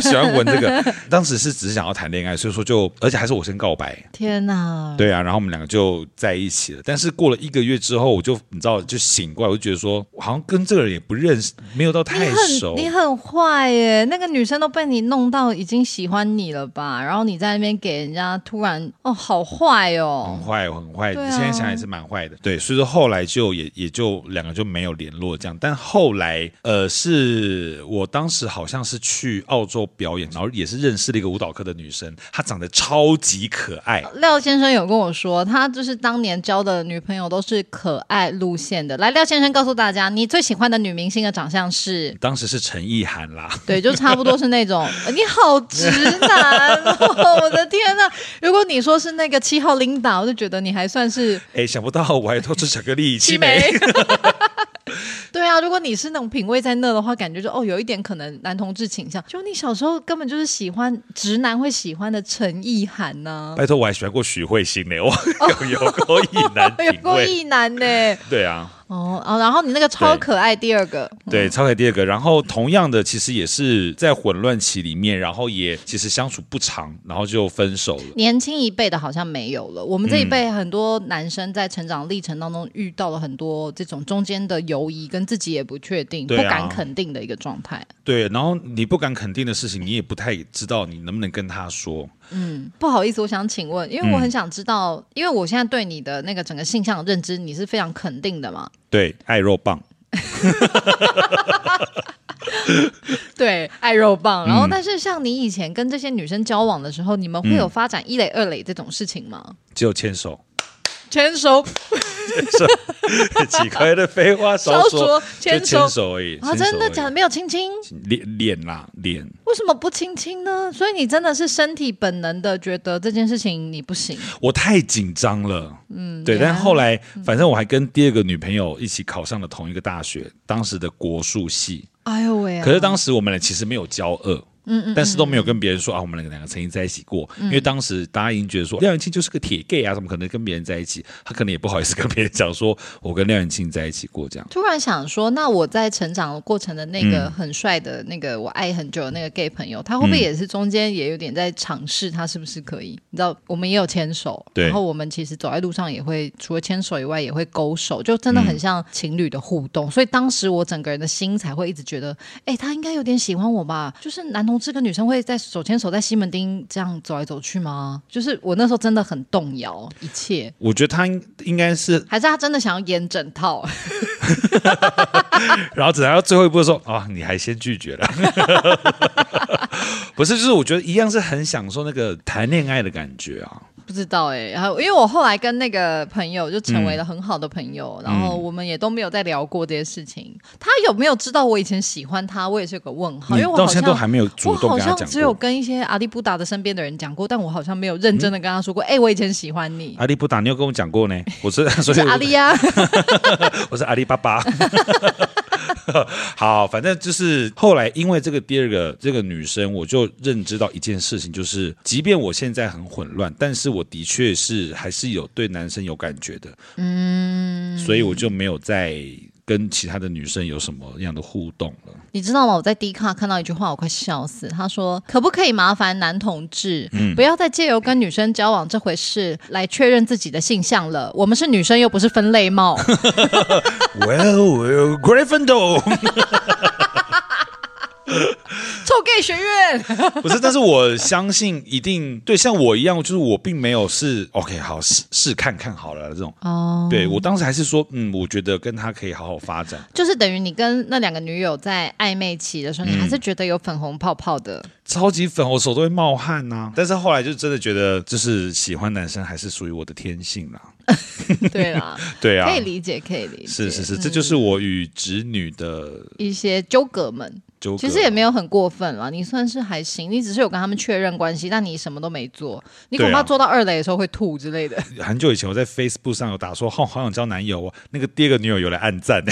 [SPEAKER 2] 喜欢闻这个。当时是只是想要谈恋爱，所以说就，而且还是我先告白。
[SPEAKER 3] 天哪，
[SPEAKER 2] 对啊，然后我们两个就在一起了。但是过了一个月之后，我就你知道，就醒过来，我就觉得说，好像跟这个人也不认识，没有到
[SPEAKER 3] 你
[SPEAKER 2] 太熟
[SPEAKER 3] 很。你很坏耶！那个女生都被你弄到已经喜欢你了吧？然后你在那边给人家突然哦，好坏
[SPEAKER 2] 很
[SPEAKER 3] 哦，
[SPEAKER 2] 坏，很坏。
[SPEAKER 3] 对啊
[SPEAKER 2] 现在想也是蛮坏的。对，所以说后来就也也就两个就没有联络这样。但后来呃，是我当时好像是去澳洲表演，然后也是认识了一个舞蹈课的女生，她长得超级可爱。
[SPEAKER 3] 廖先生有跟我说，他就是当年交的女朋友都是可爱路线的。来，廖先生告诉大家，你最喜欢的女明星的长相是？
[SPEAKER 2] 当时是陈意涵啦，
[SPEAKER 3] 对，就差不多是那 种。呃你好直男、哦，我的天呐！如果你说是那个七号琳达，我就觉得你还算是
[SPEAKER 2] 哎，想不到我还偷吃巧克力七
[SPEAKER 3] 美
[SPEAKER 2] 美。。
[SPEAKER 3] 对啊，如果你是那种品味在那的话，感觉就哦，有一点可能男同志倾向。就你小时候根本就是喜欢直男会喜欢的陈意涵呢、
[SPEAKER 2] 拜托，我还喜欢过许慧欣呢，我 有有过一 男
[SPEAKER 3] 哎呦，
[SPEAKER 2] 品
[SPEAKER 3] 过
[SPEAKER 2] 味。
[SPEAKER 3] 意男呢、
[SPEAKER 2] 对啊，
[SPEAKER 3] 哦哦，然后你那个超可爱，第二个
[SPEAKER 2] 对，超可爱第二个，然后同样的，其实也是在混乱期里面，然后也其实相处不长，然后就分手了。
[SPEAKER 3] 年轻一辈的好像没有了。我们这一
[SPEAKER 2] 嗯
[SPEAKER 3] 辈很多男生在成长历程当中遇到了很多这种中间的犹疑，跟自己也不确定、不
[SPEAKER 2] 对啊
[SPEAKER 3] 敢肯定的一个状态。
[SPEAKER 2] 对，然后你不敢肯定的事情，你也不太知道你能不能跟他说。
[SPEAKER 3] 不好意思，我想请问，因为我很想知道，因为我现在对你的那个整个性向的认知，你是非常肯定的嘛？
[SPEAKER 2] 对，爱肉棒，
[SPEAKER 3] 对，爱肉棒。然后，但是像你以前跟这些女生交往的时候，你们会有发展一垒、二垒这种事情吗？
[SPEAKER 2] 只有牵手，
[SPEAKER 3] 牵手
[SPEAKER 2] 几块的废话少
[SPEAKER 3] 少说
[SPEAKER 2] 说，就
[SPEAKER 3] 牵手
[SPEAKER 2] 牵手而已。
[SPEAKER 3] 啊，
[SPEAKER 2] 牵手
[SPEAKER 3] 真的
[SPEAKER 2] 而已
[SPEAKER 3] 假的？？没有亲亲？
[SPEAKER 2] 脸脸啦，脸。
[SPEAKER 3] 为什么不亲亲呢？所以你真的是身体本能的觉得这件事情你不行，
[SPEAKER 2] 我太紧张了，嗯，对。
[SPEAKER 3] 也还
[SPEAKER 2] 但后来，反正我还跟第二个女朋友一起考上了同一个大学，当时的国术系。
[SPEAKER 3] 哎呦喂、啊！
[SPEAKER 2] 可是当时我们俩其实没有交恶。嗯嗯，但嗯是都没有跟别人说啊，我们两个曾经在一起过，因为当时大家已经觉得说廖元庆就是个铁 gay 啊，怎么可能跟别人在一起？他可能也不好意思跟别人讲说，我跟廖元庆在一起过这样。
[SPEAKER 3] 突然想说，那我在成长过程的那个很帅的那个我爱很久的那个 gay 朋友，他会不会也是中间也有点在尝试他是不是可以？你知道，我们也有牵手，
[SPEAKER 2] 对
[SPEAKER 3] 然后我们其实走在路上也会除了牵手以外也会勾手，就真的很像情侣的互动。所以当时我整个人的心才会一直觉得，哎、他应该有点喜欢我吧？就是男同志跟女生会在手牵手在西门町这样走来走去吗？就是我那时候真的很动摇，一切
[SPEAKER 2] 我觉得他应应该是，
[SPEAKER 3] 还是他真的想要演整套。
[SPEAKER 2] 然后只来到最后一步的时候啊，你还先拒 绝了，不是？就是我觉得一样是很享受那个谈恋爱的感觉啊。
[SPEAKER 3] 不知道哎、然后因为我后来跟那个朋友就成
[SPEAKER 2] 嗯
[SPEAKER 3] 为了很好的朋友，然后我们也都没有再聊过这些事情。他有没有知道我以前喜欢他？我也是有个问号，
[SPEAKER 2] 你
[SPEAKER 3] 因为我
[SPEAKER 2] 嗯到
[SPEAKER 3] 好
[SPEAKER 2] 现
[SPEAKER 3] 像
[SPEAKER 2] 在都还没有主动
[SPEAKER 3] 我好
[SPEAKER 2] 跟他
[SPEAKER 3] 像
[SPEAKER 2] 讲
[SPEAKER 3] 只有
[SPEAKER 2] 过。
[SPEAKER 3] 跟一些阿利布达的身边的人讲过，但我好像没有认真的跟他说
[SPEAKER 2] 嗯
[SPEAKER 3] 过。哎、我以前喜欢你，
[SPEAKER 2] 阿里不达，你有跟我讲过 呢？我是 所以
[SPEAKER 3] 是
[SPEAKER 2] 我
[SPEAKER 3] 阿啊利呀、
[SPEAKER 2] 我是阿里巴巴。 好，反正就是后来因为这个第二个这个女生，我就认知到一件事情，就是即便我现在很混乱，但是我的确是还是有对男生有感觉的，嗯，所以我就没有再跟其他的女生有什么样的互动了。
[SPEAKER 3] 你知道吗？我在 D 卡看到一句话，我快笑死。他说：“可不可以麻烦男同志，
[SPEAKER 2] 嗯
[SPEAKER 3] 不要再借由跟女生交往这回事来确认自己的性向了？我们是女生，又不是分类帽。”
[SPEAKER 2] Well, 呃 Gryffindor
[SPEAKER 3] 臭 gay 学院。
[SPEAKER 2] 不是，但是我相信一定对像我一样，就是我并没有是 OK 好试试看看好了这种。
[SPEAKER 3] 哦，
[SPEAKER 2] 对我当时还是说，嗯，我觉得跟他可以好好发展。
[SPEAKER 3] 就是等于你跟那两个女友在暧昧期的时候，你还
[SPEAKER 2] 嗯
[SPEAKER 3] 是觉得有粉红泡泡 的。
[SPEAKER 2] 超级粉，我手都会冒汗呐、但是后来就真的觉得，就是喜欢男生还是属于我的天性啦。
[SPEAKER 3] 对啦，
[SPEAKER 2] 对啊
[SPEAKER 3] 可，以理解，可以理解。嗯
[SPEAKER 2] 是是是，这就是我与直女的
[SPEAKER 3] 一些纠葛们，
[SPEAKER 2] 纠葛。
[SPEAKER 3] 其实也没有很过分啦，你算是还行，你只是有跟他们确认关系，但你什么都没做，你恐怕
[SPEAKER 2] 对啊
[SPEAKER 3] 做到二垒的时候会吐之类的。
[SPEAKER 2] 很久以前，我在 Facebook 上有打说，哦好、 好想交男友啊。那个第二个女友有来暗赞、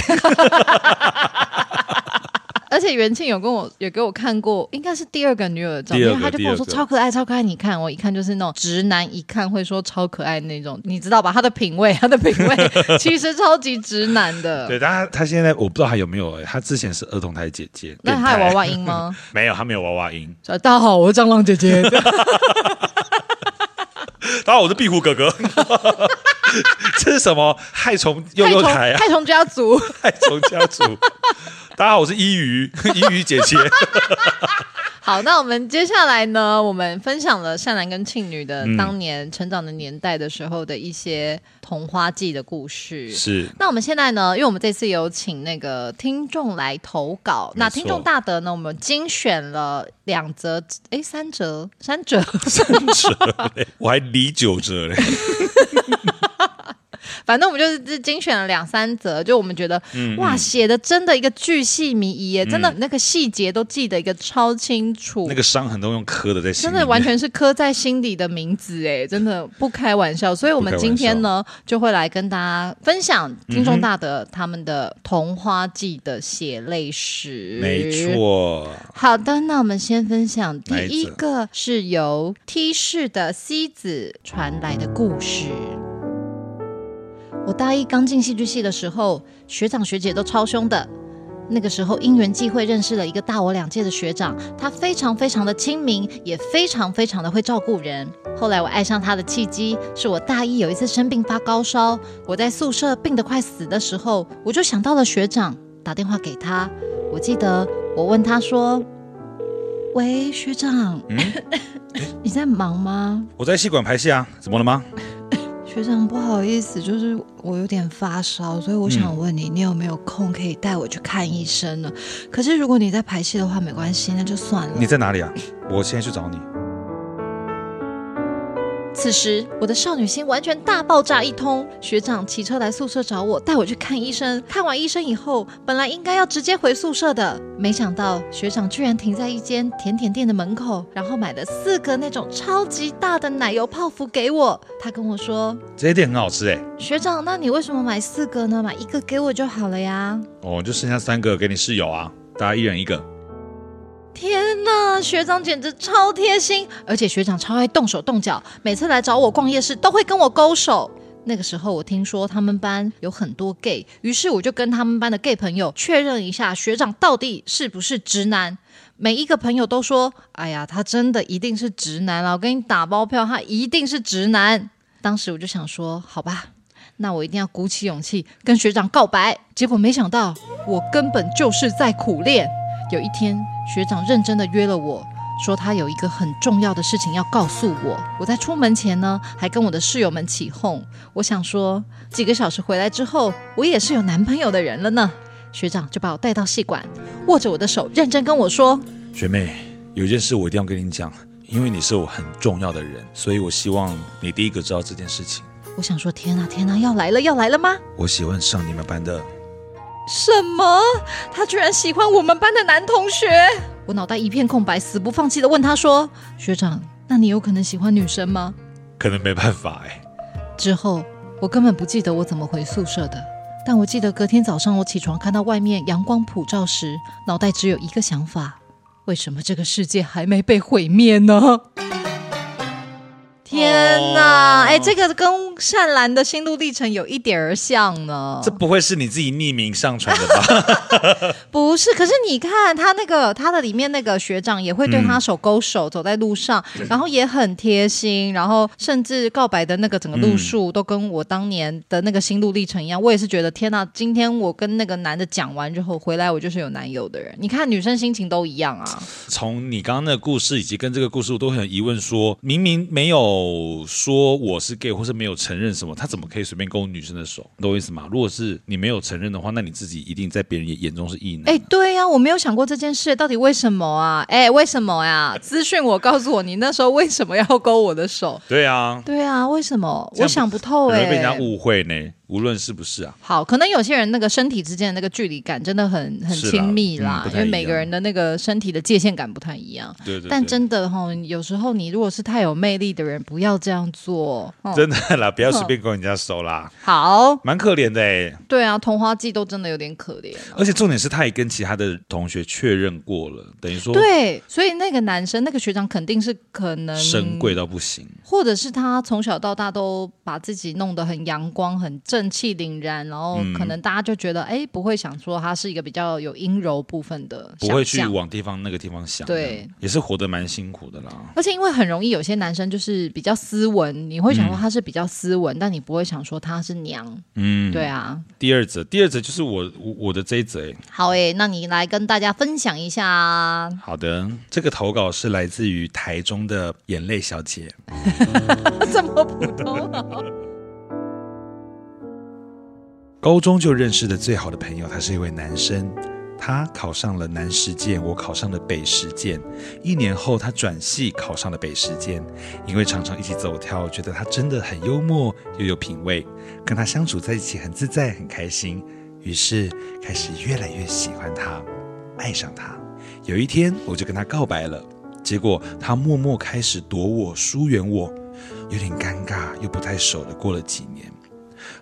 [SPEAKER 3] 而且且袁庆有跟我有给我看过，应该是第二个女友的照片，
[SPEAKER 2] 第二
[SPEAKER 3] 因
[SPEAKER 2] 个
[SPEAKER 3] 为他就跟我说
[SPEAKER 2] 第二个
[SPEAKER 3] 超可爱，超可爱。你看我一看就是那种直男，一看会说超可爱那种，你知道吧？他的品味，他的品 味其实超级直男的。
[SPEAKER 2] 对，但他他现在我不知道还有没有、欸，他之前是儿童台姐姐，
[SPEAKER 3] 那
[SPEAKER 2] 变
[SPEAKER 3] 他有
[SPEAKER 2] 态
[SPEAKER 3] 娃娃音吗？
[SPEAKER 2] 没有，他没有娃娃音，
[SPEAKER 3] 说大家好，我是蟑螂姐 姐。
[SPEAKER 2] 当然我是壁虎哥哥。这是什么害虫幼幼台啊？
[SPEAKER 3] 害虫家族，
[SPEAKER 2] 害虫家族。大家好，我是伊鱼，伊鱼姐姐。
[SPEAKER 3] 好，那我们接下来呢？我们分享了善男跟庆女的当年成长的年代的时候的一些童话记的故事。
[SPEAKER 2] 是
[SPEAKER 3] 那我们现在呢？因为我们这次有请那个听众来投稿，那
[SPEAKER 2] 没错
[SPEAKER 3] 听众大德呢，我们精选了两则，哎，三则，三则，
[SPEAKER 2] 我还理九折嘞，
[SPEAKER 3] 反正我们就是精选了两三则，就我们觉得、
[SPEAKER 2] 嗯
[SPEAKER 3] 哇，写的真的一个巨细靡遗耶，真的那个细节都记得一个超清楚，
[SPEAKER 2] 那个伤痕都用磕的在心
[SPEAKER 3] 真
[SPEAKER 2] 里面，
[SPEAKER 3] 的完全是刻在心底的名字哎，真的不开玩笑。所以，我们今天呢，就会来跟大家分享听
[SPEAKER 2] 嗯
[SPEAKER 3] 众大德他们的《童话记》的血泪史。
[SPEAKER 2] 没。错。
[SPEAKER 3] 好的，那我们先分享第
[SPEAKER 2] 哪一
[SPEAKER 3] 一
[SPEAKER 2] 则
[SPEAKER 3] 个是由 T 市的 C 子传来的故事。我大一刚进戏剧系的时候，学长学姐都超凶的。那个时候因缘际会认识了一个大我两届的学长，他非常非常的亲民，也非常非常的会照顾人。后来我爱上他的契机，是我大一有一次生病发高烧，我在宿舍病得快死的时候，我就想到了学长，打电话给他。我记得我问他说：“喂，学长，你在忙吗？”
[SPEAKER 2] 嗯我在戏馆排戏啊，怎么了吗？
[SPEAKER 3] 学长，不好意思，就是我有点发烧，所以我想问你，你有没有空可以带我去看医生呢？可是如果你在排戏的话，没关系，那就算了。
[SPEAKER 2] 你在哪里啊？我现在去找你。
[SPEAKER 3] 此时，我的少女心完全大爆炸一通。学长骑车来宿舍找我，带我去看医生。看完医生以后，本来应该要直接回宿舍的，没想到学长居然停在一间甜点店的门口，然后买了四个那种超级大的奶油泡芙给我。他跟我说
[SPEAKER 2] 这些店很好吃哎、：“
[SPEAKER 3] 学长，那你为什么买四个呢？买一个给我就好了呀。”
[SPEAKER 2] 哦，就剩下三个给你室友啊，大家一人一个。
[SPEAKER 3] 天呐，学长简直超贴心，而且学长超爱动手动脚，每次来找我逛夜市都会跟我勾手。那个时候我听说他们班有很多 gay，于是我就跟他们班的 gay 朋友确认一下学长到底是不是直男。每一个朋友都说：“哎呀，他真的一定是直男了，我跟你打包票，他一定是直男。”当时我就想说：“好吧，那我一定要鼓起勇气跟学长告白。结果没想到，我根本就是在苦练。有一天，学长认真的约了我，说他有一个很重要的事情要告诉我。我在出门前呢，还跟我的室友们起哄。我想说，几个小时回来之后，我也是有男朋友的人了呢。学长就把我带到戏馆，握着我的手，认真跟我说
[SPEAKER 2] 学妹，有一件事我一定要跟你讲，因为你是我很重要的人，所以我希望你第一个知道这件事情。：“
[SPEAKER 3] 我想说，天啊，天啊，要来了，要来了吗？
[SPEAKER 2] 我喜欢上你们班的，
[SPEAKER 3] 什么？他居然喜欢我们班的男同学！我脑袋一片空白，死不放弃的问他说：“学长，那你有可能喜欢女生吗
[SPEAKER 2] 可能没办法哎、？”
[SPEAKER 3] 之后我根本不记得我怎么回宿舍的，但我记得隔天早上我起床看到外面阳光普照时，脑袋只有一个想法：为什么这个世界还没被毁灭呢？天哪！哎、这个跟善兰的心路历程有一点儿像呢。
[SPEAKER 2] 这不会是你自己匿名上传的吧？
[SPEAKER 3] 不是，可是你看他那个他的里面那个学长也会对
[SPEAKER 2] 嗯
[SPEAKER 3] 他手勾手走在路上，嗯然后也很贴心，然后甚至告白的那个整个路数都跟我当年的那个心路历程一样。我也是觉得天哪，今天我跟那个男的讲完之后回来，我就是有男友的人。你看女生心情都一样啊，
[SPEAKER 2] 从你刚刚那个故事以及跟这个故事，我都很有疑问说，明明没有说我是 gay，或是没有承认什么，他怎么可以随便勾女生的手？懂我意思吗？如果是你没有承认的话，那你自己一定在别人眼中是异男。
[SPEAKER 3] 哎，对呀、我没有想过这件事，到底为什么啊？哎，为什么呀、资讯我告诉我，你那时候为什么要勾我的手？
[SPEAKER 2] 对啊，
[SPEAKER 3] 对啊，为什么？
[SPEAKER 2] 这
[SPEAKER 3] 我
[SPEAKER 2] 样不
[SPEAKER 3] 想不透
[SPEAKER 2] 很
[SPEAKER 3] 哎、
[SPEAKER 2] 容易被人家误会呢。无论是不是啊，
[SPEAKER 3] 好，可能有些人那个身体之间的那个距离感真的很很
[SPEAKER 2] 是啦
[SPEAKER 3] 亲密
[SPEAKER 2] 嗯
[SPEAKER 3] 啦，
[SPEAKER 2] 不太
[SPEAKER 3] 因为
[SPEAKER 2] 一
[SPEAKER 3] 每个
[SPEAKER 2] 样
[SPEAKER 3] 人的那个身体的界限感不太一样。
[SPEAKER 2] 对对对
[SPEAKER 3] 但真的哈、有时候你如果是太有魅力的人，不要这样做。哦、
[SPEAKER 2] 真的啦，不要随便跟人家熟啦，
[SPEAKER 3] 好，
[SPEAKER 2] 蛮可怜的哎、
[SPEAKER 3] 对啊，同花季都真的有点可怜啊、
[SPEAKER 2] 而且重点是，他也跟其他的同学确认过了，等于说
[SPEAKER 3] 对，所以那个男生，那个学长肯定是可能
[SPEAKER 2] 神
[SPEAKER 3] 嗯
[SPEAKER 2] 贵到不行。
[SPEAKER 3] 或者是他从小到大都把自己弄得很阳光、很正气凛然，然后可
[SPEAKER 2] 嗯
[SPEAKER 3] 能大家就觉得，哎、不会想说他是一个比较有阴柔部分的
[SPEAKER 2] 不会
[SPEAKER 3] 想
[SPEAKER 2] 去
[SPEAKER 3] 象
[SPEAKER 2] 往地方那个地方想，
[SPEAKER 3] 对，
[SPEAKER 2] 也是活得蛮辛苦的啦。
[SPEAKER 3] 而且因为很容易有些男生就是比较斯文，你会想说他是比较斯文，但你不会想说他是娘。嗯，对啊。
[SPEAKER 2] 第二则，第二则就是我我我的这一则、欸，
[SPEAKER 3] 好诶、那你来跟大家分享一 下。啊
[SPEAKER 2] 好的，这个投稿是来自于台中的眼泪小姐，
[SPEAKER 3] 这么普通、
[SPEAKER 2] 高中就认识的最好的朋友，他是一位男生，他考上了南实践，我考上了北实践。一年后，他转系考上了北实践，因为常常一起走跳，觉得他真的很幽默又有品味，跟他相处在一起很自在很开心，于是开始越来越喜欢他，爱上他。有一天，我就跟他告白了，结果他默默开始躲我、疏远我，有点尴尬又不太熟的过了几年。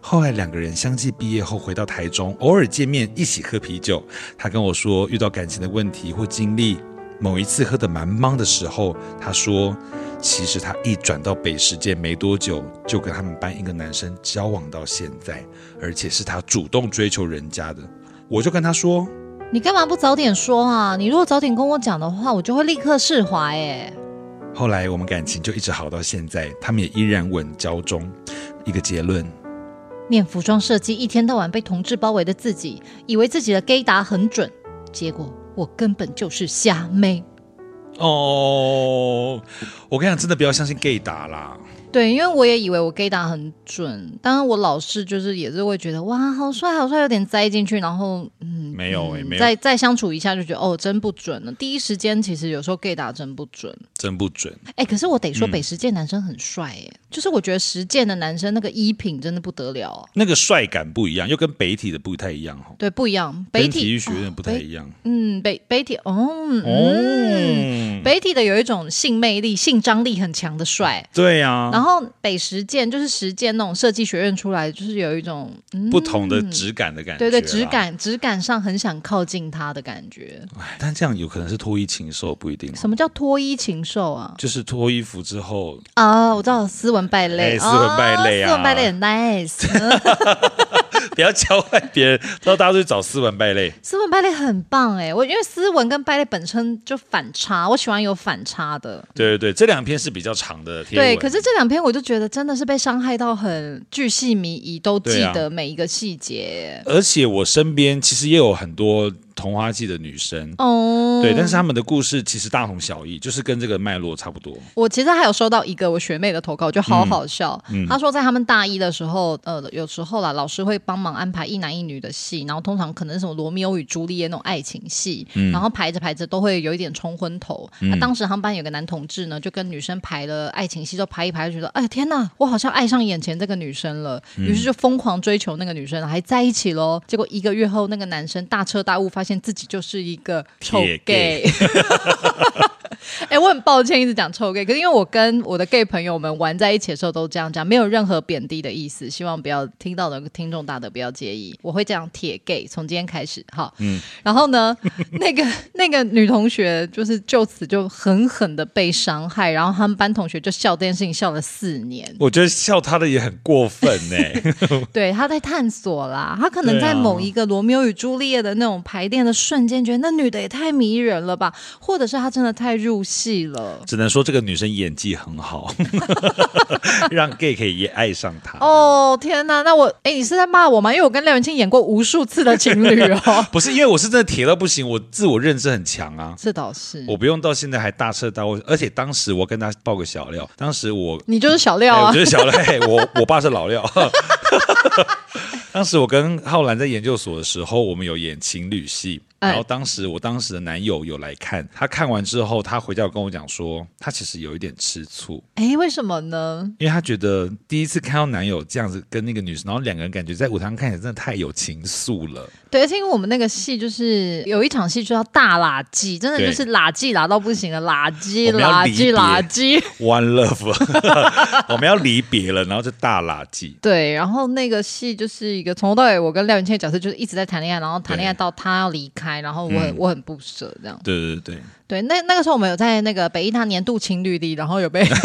[SPEAKER 2] 后来两个人相继毕业后回到台中，偶尔见面一起喝啤酒。他跟我说，遇到感情的问题或经历，某一次喝得蛮懵的时候，他说，其实他一转到北实界没多久，就跟他们班一个男生交往到现在，而且是他主动追求人家的。我就跟他说，
[SPEAKER 3] 你干嘛不早点说啊？你如果早点跟我讲的话，我就会立刻释怀、欸诶。
[SPEAKER 2] 后来我们感情就一直好到现在，他们也依然稳交中。一个结论，
[SPEAKER 3] 念服装设计，一天到晚被同志包围的自己，以为自己的 gay 达很准，结果我根本就是瞎妹。
[SPEAKER 2] 哦，我跟你讲，真的不要相信 gay 打啦。
[SPEAKER 3] 对，因为我也以为我 gay 打很准，当然我老是就是也是会觉得哇，好帅好帅，有点栽进去，然后嗯，
[SPEAKER 2] 没有欸
[SPEAKER 3] 嗯
[SPEAKER 2] 没有
[SPEAKER 3] 再再相处一下就觉得哦，真不准了。第一时间其实有时候 gay 打真不准，
[SPEAKER 2] 真不准。
[SPEAKER 3] 哎、可是我得
[SPEAKER 2] 嗯
[SPEAKER 3] 说北实践男生很帅哎、就是我觉得实践的男生那个衣品真的不得了、啊，
[SPEAKER 2] 那个帅感不一样，又跟北体的不太一样哦，
[SPEAKER 3] 对，不一样，北
[SPEAKER 2] 跟
[SPEAKER 3] 体
[SPEAKER 2] 体育学院不太
[SPEAKER 3] 样，
[SPEAKER 2] 一样
[SPEAKER 3] 嗯，北北体哦，嗯，
[SPEAKER 2] 哦。
[SPEAKER 3] 北体的有一种性魅力、性张力很强的帅。
[SPEAKER 2] 对啊，
[SPEAKER 3] 然后北实践就是实践那种设计学院出来，就是有一种嗯
[SPEAKER 2] 不同的质感的感觉，啊
[SPEAKER 3] 对对，质。感质感上很想靠近他的感觉。
[SPEAKER 2] 唉哎但这样有可能是脱衣禽兽，不一定哦。
[SPEAKER 3] 什么叫脱衣禽兽啊？
[SPEAKER 2] 就是脱衣服之后，
[SPEAKER 3] 啊，我知道斯文败类，哦
[SPEAKER 2] 哎斯文败类啊
[SPEAKER 3] 斯文败类很 nice，
[SPEAKER 2] 不要教坏别人，知道大家都去找斯文败类。
[SPEAKER 3] 斯文败类很棒哎。我因为斯文跟败类本身就反差，我喜欢有反差的。
[SPEAKER 2] 对对对，这两篇是比较长的贴文
[SPEAKER 3] 对，可是这两篇我就觉得真的是被伤害到很巨细靡遗，都记
[SPEAKER 2] 对啊
[SPEAKER 3] 得每一个细节。
[SPEAKER 2] 而且我身边其实也有很多童花季的女生，
[SPEAKER 3] 哦，
[SPEAKER 2] 对，但是她们的故事其实大同小异，就是跟这个脉络差不多。
[SPEAKER 3] 我其实还有收到一个我学妹的投稿，就好好笑。她说在他们大一的时候，呃，有时候啦，老师会帮忙安排一男一女的戏，然后通常可能是什么罗密欧与朱丽叶那种爱情戏，然后排着排着都会有一点冲昏头。那、当时他们班有个男同志呢，就跟女生排了爱情戏，都排一排，就觉得哎天呐，我好像爱上眼前这个女生了，于是就疯狂追求那个女生，还在一起喽。结果一个月后，那个男生大彻大悟，发现自己就是一个臭
[SPEAKER 2] 铁
[SPEAKER 3] gay。哎、 我很抱歉一直讲臭 gay，可是因为我跟我的 gay 朋友们玩在一起的时候都这样讲，没有任何贬低的意思，希望不要听到的听众大德不要介意，我会这样铁 gay，从今天开始哈。嗯，然后呢， 那个那个女同学就是就此就狠狠的被伤害，然后他们班同学就笑这件事情笑了四年。
[SPEAKER 2] 我觉得笑她的也很过分欸呢、
[SPEAKER 3] 对，他在探索啦，他可能
[SPEAKER 2] 对
[SPEAKER 3] 在
[SPEAKER 2] 啊
[SPEAKER 3] 某一个罗密欧与朱丽叶的那种排练的瞬间，觉得那女的也太迷人了吧，或者是他真的太入戏了。
[SPEAKER 2] 只能说这个女生演技很好，让 gay 可以也爱上她。。
[SPEAKER 3] 哦天哪，那我哎，你是在骂我吗？因为我跟廖元庆演过无数次的情侣哦
[SPEAKER 2] 不是因为我是真的铁到不行，我自我认知很强啊，
[SPEAKER 3] 这倒是，
[SPEAKER 2] 我不用到现在还大彻大悟。而且当时我跟他爆个小料，当时我。
[SPEAKER 3] 你就是小
[SPEAKER 2] 哎
[SPEAKER 3] 廖
[SPEAKER 2] 我
[SPEAKER 3] 啊
[SPEAKER 2] 觉。得小料，嘿我我爸是老廖， 当时我跟浩然在研究所的时候，我们有演情侣戏，
[SPEAKER 3] 哎
[SPEAKER 2] 然后当时我当时的男友有来看，他看完之后，他回家有跟我讲说，他其实有一点吃醋，
[SPEAKER 3] 哎，为什么呢？
[SPEAKER 2] 因为他觉得第一次看到男友这样子跟那个女生，然后两个人感觉在舞台上看起来真的太有情愫了。
[SPEAKER 3] 对，而且因为我们那个戏就是有一场戏就叫大垃圾，真的
[SPEAKER 2] 对
[SPEAKER 3] 就是垃圾拉到不行了，垃圾
[SPEAKER 2] 我们要
[SPEAKER 3] 垃
[SPEAKER 2] 离
[SPEAKER 3] 圾
[SPEAKER 2] 别
[SPEAKER 3] 垃圾。
[SPEAKER 2] One love，我 们要离别了，然后就大垃圾。
[SPEAKER 3] 对，然后那个戏就是一个从头到尾，我跟廖云倩的角色就是一直在谈恋爱，然后谈恋爱
[SPEAKER 2] 对嗯
[SPEAKER 3] 到他要离开，然后我很、我很不舍这样。
[SPEAKER 2] 对对对
[SPEAKER 3] 对，那那个时候我们有在那个北艺大年度情侣里，然后有被
[SPEAKER 2] 对，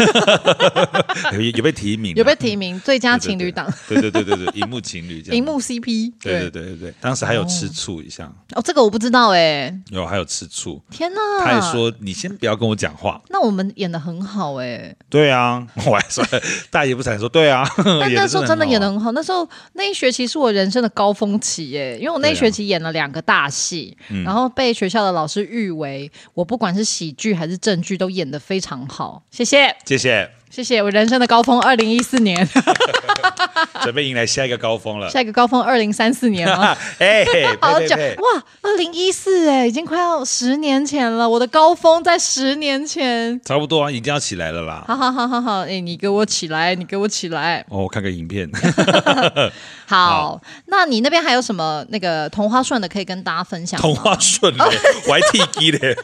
[SPEAKER 2] 有有被提名啊，
[SPEAKER 3] 有被提名最佳情侣档、
[SPEAKER 2] 对对对对对，对荧幕情侣这样。
[SPEAKER 3] 荧幕 CP
[SPEAKER 2] 对对对对对，当时还有吃醋一下，
[SPEAKER 3] 哦，这个我不知道哎、
[SPEAKER 2] 有还有吃醋，
[SPEAKER 3] 天哪！
[SPEAKER 2] 他还说你先不要跟我讲话。
[SPEAKER 3] 那我们演的很好哎、
[SPEAKER 2] 对啊， 我还说大爷不才说对啊，
[SPEAKER 3] 但
[SPEAKER 2] 但
[SPEAKER 3] 那时候真哦的演的很好，那时候那一学期是我人生的高峰期耶，因为我那一
[SPEAKER 2] 对啊
[SPEAKER 3] 学期演了两个大戏，然后被学校的老师誉为我不管是喜剧还是正剧都演得非常好。谢谢，
[SPEAKER 2] 谢谢，
[SPEAKER 3] 谢谢，我人生的高峰二零一四 年，
[SPEAKER 2] 准备迎来下一个高峰了。
[SPEAKER 3] 下一个高峰二零三四年 了。
[SPEAKER 2] 哎，
[SPEAKER 3] 好
[SPEAKER 2] 呸
[SPEAKER 3] 久
[SPEAKER 2] 呸呸
[SPEAKER 3] 哇，二零一四哎，已经快要十年前了。我的高峰在十年前。
[SPEAKER 2] 差不多啊，已经要起来了啦。
[SPEAKER 3] 好好好好好，哎、你给我起来，你给我起来。
[SPEAKER 2] 哦，我看个影片，
[SPEAKER 3] 好，那你那边还有什么那个同花顺的可以跟大家分享吗？
[SPEAKER 2] 同 花顺嘞，我还替机 嘞，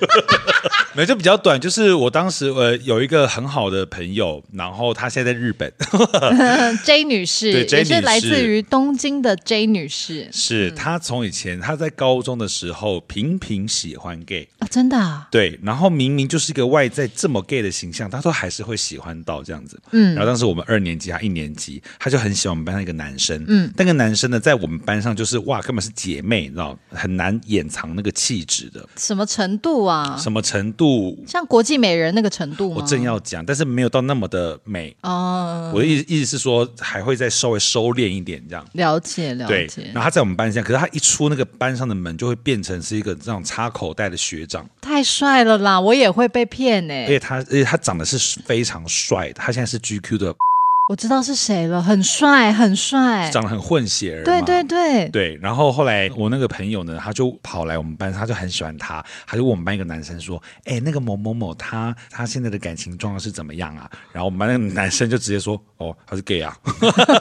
[SPEAKER 2] 没有就比较短。就是我当时呃有一个很好的朋友，然后他现在在日 本，
[SPEAKER 3] 嗯 J 女士，
[SPEAKER 2] 对，J
[SPEAKER 3] 也是
[SPEAKER 2] 女士
[SPEAKER 3] 来自于东京的 J 女士
[SPEAKER 2] 是他从以前他在高中的时候频频喜欢 gay，
[SPEAKER 3] 啊，真的、啊，
[SPEAKER 2] 对，然后明明就是一个外在这么 gay 的形象，他都还是会喜欢到这样子。嗯，然后当时我们二年级，他一年级，他就很喜欢我们班上一个男生。嗯，那个男生呢，在我们班上就是哇，根本是姐妹，你知道，很难掩藏那个气质的，
[SPEAKER 3] 什么程度啊？
[SPEAKER 2] 什么程度？
[SPEAKER 3] 像国际美人那个程度吗？
[SPEAKER 2] 我正要讲，但是没有到那么的美。
[SPEAKER 3] 哦，
[SPEAKER 2] 我的意意思是说，还会再稍微收敛一点这样。
[SPEAKER 3] 了解了
[SPEAKER 2] 对，
[SPEAKER 3] 解
[SPEAKER 2] 然，后他在我们班上，可是他一出那个班上的门，就会变成是一个这种插口袋的学长。
[SPEAKER 3] 太帅了啦，我也会被骗欸呢、
[SPEAKER 2] 而且他，而且他长得是非常帅的，他现在是 GQ 的，
[SPEAKER 3] 我知道是谁了，很帅，很帅，
[SPEAKER 2] 长得很混血儿嘛。
[SPEAKER 3] 对对对，
[SPEAKER 2] 对。然后后来我那个朋友呢，他就跑来我们班，他就很喜欢他，他就问我们班一个男生说：“哎，那个某某某，他他现在的感情状况是怎么样啊？”然后我们班那个男生就直接说：“哦，他是 gay 啊。”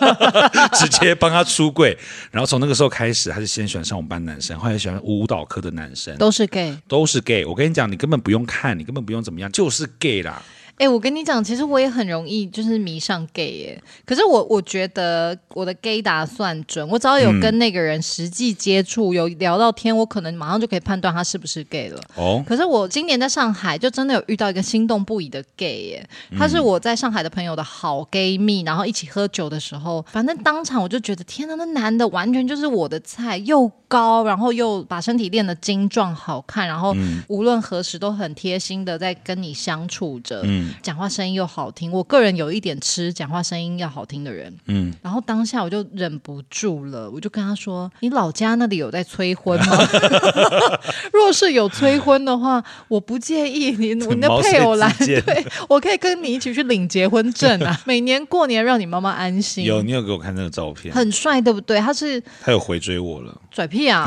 [SPEAKER 2] 直接帮他出柜。然后从那个时候开始，他就先喜欢上我们班男生，后来喜欢舞蹈科的男生。
[SPEAKER 3] 都是 gay。
[SPEAKER 2] 都是 gay，我跟你讲，你根本不用看，你根本不用怎么样，就是 gay 啦。
[SPEAKER 3] 哎、我跟你讲，其实我也很容易就是迷上 gay 耶、可是我我觉得我的 gay 打算准，我只要有跟那个人实际接触，有聊到天，我可能马上就可以判断他是不是 gay 了。
[SPEAKER 2] 哦，
[SPEAKER 3] 可是我今年在上海就真的有遇到一个心动不已的 gay 耶、他是我在上海的朋友的好 gay 蜜，然后一起喝酒的时候，反正当场我就觉得天呐，那男的完全就是我的菜，又高，然后又把身体练得精壮好看，然后无论何时都很贴心的在跟你相处着，讲话声音又好听。我个人有一点吃讲话声音要好听的人，
[SPEAKER 2] 嗯，
[SPEAKER 3] 然后当下我就忍不住了，我就跟他说：“你老家那里有在催婚吗？” 若是有催婚的话，我不介意你 我你的
[SPEAKER 2] 毛遂
[SPEAKER 3] 配偶来，
[SPEAKER 2] 自荐
[SPEAKER 3] 对我可以跟你一起去领结婚证 啊，每年过年让你妈妈安心。
[SPEAKER 2] 有你有给我看那个照片，
[SPEAKER 3] 很帅，对不对？他是
[SPEAKER 2] 他有回追我了。
[SPEAKER 3] 拽屁 啊！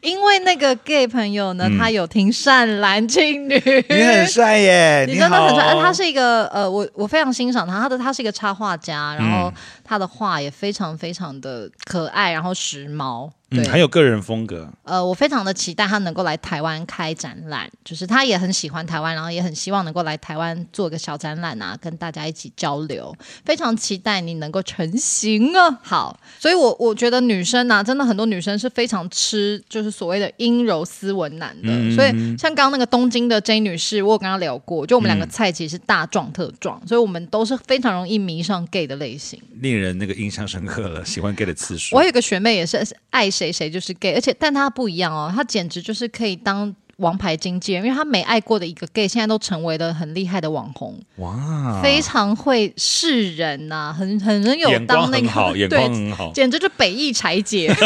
[SPEAKER 3] 因为那个 gay 朋友
[SPEAKER 2] 嗯
[SPEAKER 3] 呢，他有听善男信女，
[SPEAKER 2] 你很帅耶，
[SPEAKER 3] 嗯你真的很帅，
[SPEAKER 2] 好
[SPEAKER 3] 而他是一个呃，我我非常欣赏他，他的他是一个插画家，然
[SPEAKER 2] 嗯
[SPEAKER 3] 后他的画也非常非常的可爱，然后时髦。对，
[SPEAKER 2] 嗯，很有个人风格。
[SPEAKER 3] 呃，我非常的期待他能够来台湾开展览，就是他也很喜欢台湾，然后也很希望能够来台湾做个小展览啊，跟大家一起交流。非常期待你能够成型啊！好，所以我我觉得女生啊，真的很多女生是非常吃就是所谓的阴柔斯文男的，所以像刚刚那个东京的 J 女士，我有跟她聊过，就我们两个菜其实是大壮特壮，所以我们都是非常容易迷上 gay 的类型。
[SPEAKER 2] 令人那个印象深刻了，喜欢 gay 的次数。
[SPEAKER 3] 我有一个学妹也是爱谁谁就是 gay，而且但她不一样哦，她简直就是可以当王牌经纪人，因为她没爱过的一个 gay，现在都成为了很厉害的网红，
[SPEAKER 2] 哇，
[SPEAKER 3] 非常会示人呐、很很很有
[SPEAKER 2] 眼光
[SPEAKER 3] 当那
[SPEAKER 2] 很
[SPEAKER 3] 个
[SPEAKER 2] 好，眼光
[SPEAKER 3] 对，
[SPEAKER 2] 很好。
[SPEAKER 3] 简直就北艺柴姐。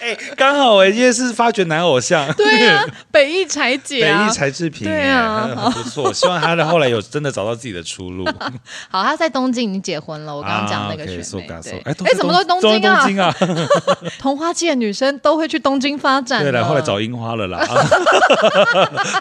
[SPEAKER 2] 哎、哎，刚好哎，今天是发掘男偶像，
[SPEAKER 3] 对啊，北艺柴姐
[SPEAKER 2] 北
[SPEAKER 3] 啊
[SPEAKER 2] 艺，柴智屏，
[SPEAKER 3] 对
[SPEAKER 2] 哎
[SPEAKER 3] 啊
[SPEAKER 2] 很很不错。 我希望他的后来有真的找到自己的出路。
[SPEAKER 3] 好，她在东京已经结婚了，我
[SPEAKER 2] 我
[SPEAKER 3] 刚刚讲那个学妹，对，
[SPEAKER 2] 哎，
[SPEAKER 3] 哎，怎么都
[SPEAKER 2] 东
[SPEAKER 3] 东京啊？
[SPEAKER 2] 东京啊？
[SPEAKER 3] 童花季的女生都会去东京发展，
[SPEAKER 2] 对了，后来找樱花了 啦，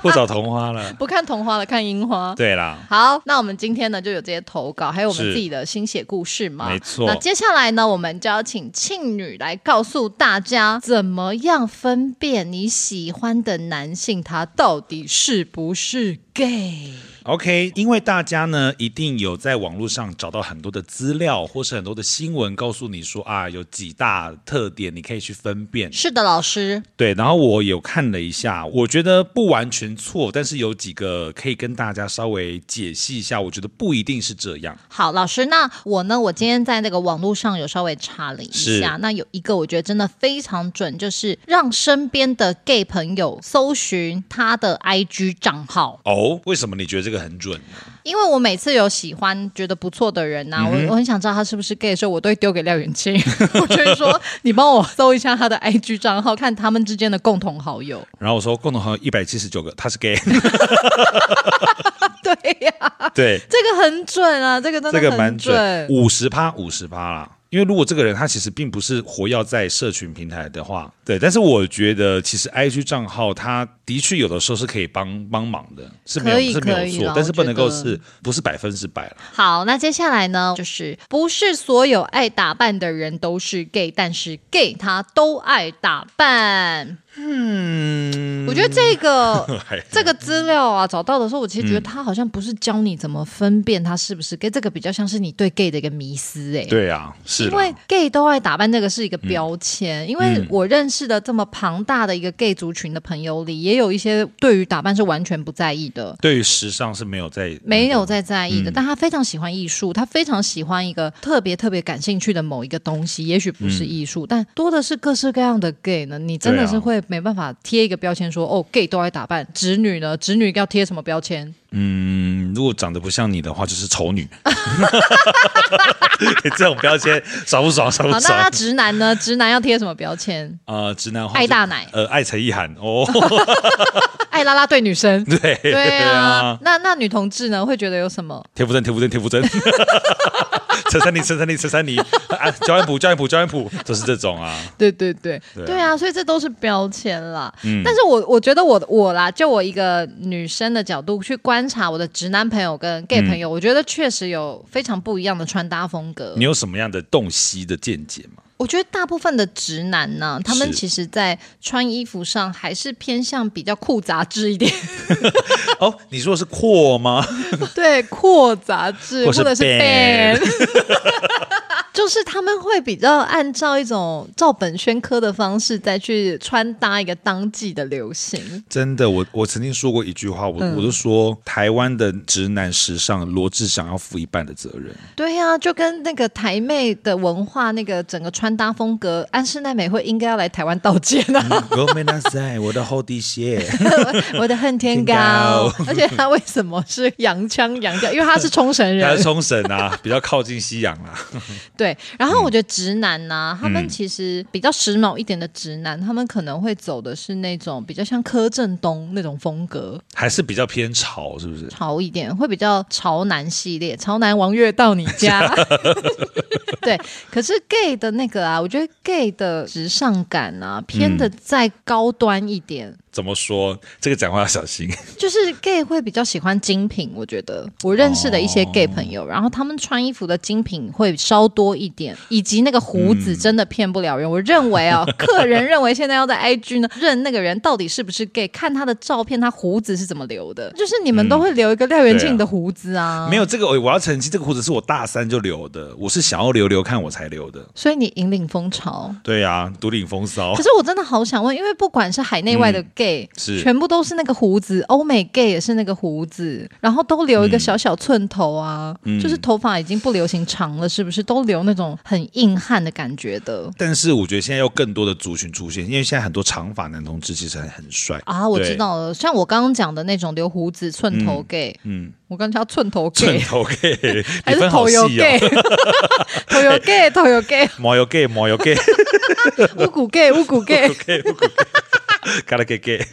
[SPEAKER 2] 不找桐花了。
[SPEAKER 3] 不看童花了，看樱花。
[SPEAKER 2] 对啦，
[SPEAKER 3] 好，那我们今天呢就有这些投稿，还有我们
[SPEAKER 2] 是
[SPEAKER 3] 自己的心血故事嘛。
[SPEAKER 2] 没错
[SPEAKER 3] 那接下来呢，我们就要请庆女来告诉大家，怎么样分辨你喜欢的男性他到底是不是 gay？
[SPEAKER 2] OK，因为大家呢一定有在网络上找到很多的资料，或是很多的新闻，告诉你说啊，有几大特点你可以去分辨。
[SPEAKER 3] 是的，老师，
[SPEAKER 2] 对，然后我有看了一下，我觉得不完全错，但是有几个可以跟大家稍微解析一下，我觉得不一定是这样。
[SPEAKER 3] 好，老师，那我呢？我今天在那个网络上有稍微查了一下
[SPEAKER 2] 是，
[SPEAKER 3] 那有一个我觉得真的非常准，就是让身边的 gay 朋友搜寻他的 IG 账号，
[SPEAKER 2] 哦，为什么你觉得这个很准呢？
[SPEAKER 3] 因为我每次有喜欢觉得不错的人
[SPEAKER 2] 嗯
[SPEAKER 3] 呐、我我很想知道他是不是 gay 的时候，我都会丢给廖元庆， 我就会说你帮我搜一下他的 IG 账号，看他们之间的共同好友。
[SPEAKER 2] 然后我说共同好友一百七十九个，他是 gay，
[SPEAKER 3] 对呀、
[SPEAKER 2] 对，
[SPEAKER 3] 这个很准啊，这个真的
[SPEAKER 2] 这个蛮
[SPEAKER 3] 很
[SPEAKER 2] 准，五十趴，五十趴啦。因为如果这个人他其实并不是活跃在社群平台的话，对，但是我觉得其实 IG 账号它的确有的时候是可以帮帮忙的，是没有
[SPEAKER 3] 可以
[SPEAKER 2] 是没
[SPEAKER 3] 可
[SPEAKER 2] 有
[SPEAKER 3] 以
[SPEAKER 2] 错
[SPEAKER 3] 啦，
[SPEAKER 2] 但是
[SPEAKER 3] 我
[SPEAKER 2] 不
[SPEAKER 3] 觉
[SPEAKER 2] 能够
[SPEAKER 3] 得
[SPEAKER 2] 是不是百分之百了。
[SPEAKER 3] 好，那接下来呢，就是不是所有爱打扮的人都是 gay，但是 gay 他都爱打扮。嗯，我觉得这 个
[SPEAKER 2] 还
[SPEAKER 3] 这个资料啊，找到的时候，我其实觉得他好像不是教你怎么分辨他是不是 gay，、这个比较像是你对 gay 的一个迷思、欸，
[SPEAKER 2] 对啊，是嗯
[SPEAKER 3] 因
[SPEAKER 2] 啦
[SPEAKER 3] 为 gay 都爱打扮，这个是一个标签。因为我认识的这么庞大的一个 gay 族群的朋友里，也有一些对于打扮是完全不在意的。
[SPEAKER 2] 对于时尚是没有在
[SPEAKER 3] 没有在在
[SPEAKER 2] 嗯
[SPEAKER 3] 意的，但他非常喜欢艺术，他非常喜欢一个特别特别感兴趣的某一个东西，也许不是艺
[SPEAKER 2] 嗯
[SPEAKER 3] 术，但多的是各式各样的 gay 呢。你真的
[SPEAKER 2] 对啊
[SPEAKER 3] 是会没办法贴一个标签说，
[SPEAKER 2] 啊
[SPEAKER 3] 哦，gay 都爱打扮，直女呢，直女要贴什么 标签？
[SPEAKER 2] 嗯，如果长得不像你的话，就是丑女。 这种标签爽不爽？爽
[SPEAKER 3] 好，
[SPEAKER 2] 不
[SPEAKER 3] 那那
[SPEAKER 2] 爽？
[SPEAKER 3] 直男呢？直男要贴什么标签？
[SPEAKER 2] 呃，直男的话就
[SPEAKER 3] 爱大奶
[SPEAKER 2] 呃，爱陈意涵哦，
[SPEAKER 3] 爱拉拉队女生。
[SPEAKER 2] 对
[SPEAKER 3] 对啊
[SPEAKER 2] 啊，，
[SPEAKER 3] 那那女同志呢？会觉得有什么？
[SPEAKER 2] 田馥甄，田馥甄，田馥甄， 陈珊妮，陈珊妮，陈珊妮，啊，焦恩普，焦恩普，焦恩普，都是这种啊。
[SPEAKER 3] 对对对，
[SPEAKER 2] 对啊嗯
[SPEAKER 3] 对啊，所以这都是标签啦。但是我我觉得我我啦，就我一个女生的角度去观察我的直男朋友跟
[SPEAKER 2] 嗯
[SPEAKER 3] gay 朋友，我觉得确实有非常不一样的穿搭风格
[SPEAKER 2] 你。有什么样的洞悉的见解吗？
[SPEAKER 3] 我觉得大部分的直男呢，他们
[SPEAKER 2] 是
[SPEAKER 3] 其实在穿衣服上还是偏向比较酷杂 志一点，
[SPEAKER 2] 哦，你说的是阔吗？
[SPEAKER 3] 对，扩杂志
[SPEAKER 2] 或
[SPEAKER 3] 或
[SPEAKER 2] 是
[SPEAKER 3] 者是
[SPEAKER 2] band
[SPEAKER 3] band。就是他们会比较按照一种照本宣科的方式再去穿搭一个当季的流行。
[SPEAKER 2] 真的，我我曾经说过一句话，
[SPEAKER 3] 嗯
[SPEAKER 2] 我、我就说台湾的直男时尚，罗志祥要负一半的责任。
[SPEAKER 3] 对呀、就跟那个台妹的文化，那个整个穿搭风格，安室奈美惠应该要来台湾道歉 啊！
[SPEAKER 2] 我嗯没那在我的后地 鞋，
[SPEAKER 3] 我的恨天高，
[SPEAKER 2] 天
[SPEAKER 3] 而且她为什么是洋腔洋调？因为她是冲绳
[SPEAKER 2] 他
[SPEAKER 3] 人
[SPEAKER 2] 是，冲绳啊，比较靠近西洋啦、啊。
[SPEAKER 3] 对。然后我觉得直男呐、他们其实比较时髦一点的直男，他们可能会走的是那种比较像柯震东那种风格，
[SPEAKER 2] 还是比较偏潮，是不是？
[SPEAKER 3] 潮一点，会比较潮男系列，潮男王月到你 家。对，可是 gay 的那个啊，我觉得 gay 的时尚感啊，偏
[SPEAKER 2] 嗯
[SPEAKER 3] 的再高端一点。
[SPEAKER 2] 怎么说？这个讲话要小心。
[SPEAKER 3] 就是 gay 会比较喜欢精品，我觉得我认识的一
[SPEAKER 2] 哦
[SPEAKER 3] 些 gay 朋友，然后他们穿衣服的精品会稍多一点，以及那个胡子
[SPEAKER 2] 嗯
[SPEAKER 3] 真的骗不了人。我认为啊、客人认为现在要在 IG 呢认那个人到底是不是 gay，看他的照片，他胡子是怎么留的，就是你们都会留一个廖元庆的胡子啊，
[SPEAKER 2] 嗯没有这个，我我要澄清，这个胡子是我大三就留的，我是想要留留看我才留的。
[SPEAKER 3] 所以你引领风潮。
[SPEAKER 2] 对啊，独领风骚
[SPEAKER 3] 可。是我真的好想问，因为不管是海内外的
[SPEAKER 2] 嗯
[SPEAKER 3] gay gay，
[SPEAKER 2] 是
[SPEAKER 3] 全部都是那个胡子，欧美 gay 也是那个胡子，然后都留一
[SPEAKER 2] 嗯
[SPEAKER 3] 个小小寸头啊，就是头发已经不流行长了，是不是？都留那种很硬汉的感觉的。
[SPEAKER 2] 但是我觉得现在有更多的族群出现，因为现在很多长发男同志其实很很帅
[SPEAKER 3] 啊，我
[SPEAKER 2] 对
[SPEAKER 3] 知道了，像我刚刚讲的那种留胡子寸头 gay，嗯，我刚叫寸头
[SPEAKER 2] 寸
[SPEAKER 3] gay，
[SPEAKER 2] 头 gay，
[SPEAKER 3] 还
[SPEAKER 2] 你
[SPEAKER 3] 是
[SPEAKER 2] 分好
[SPEAKER 3] 头油
[SPEAKER 2] 细
[SPEAKER 3] gay，
[SPEAKER 2] 哦，
[SPEAKER 3] 头油 gay，头油 gay，
[SPEAKER 2] 毛油 gay，毛油 gay，
[SPEAKER 3] 乌骨 gay，乌骨 gay，
[SPEAKER 2] 嘎啦 gay gay，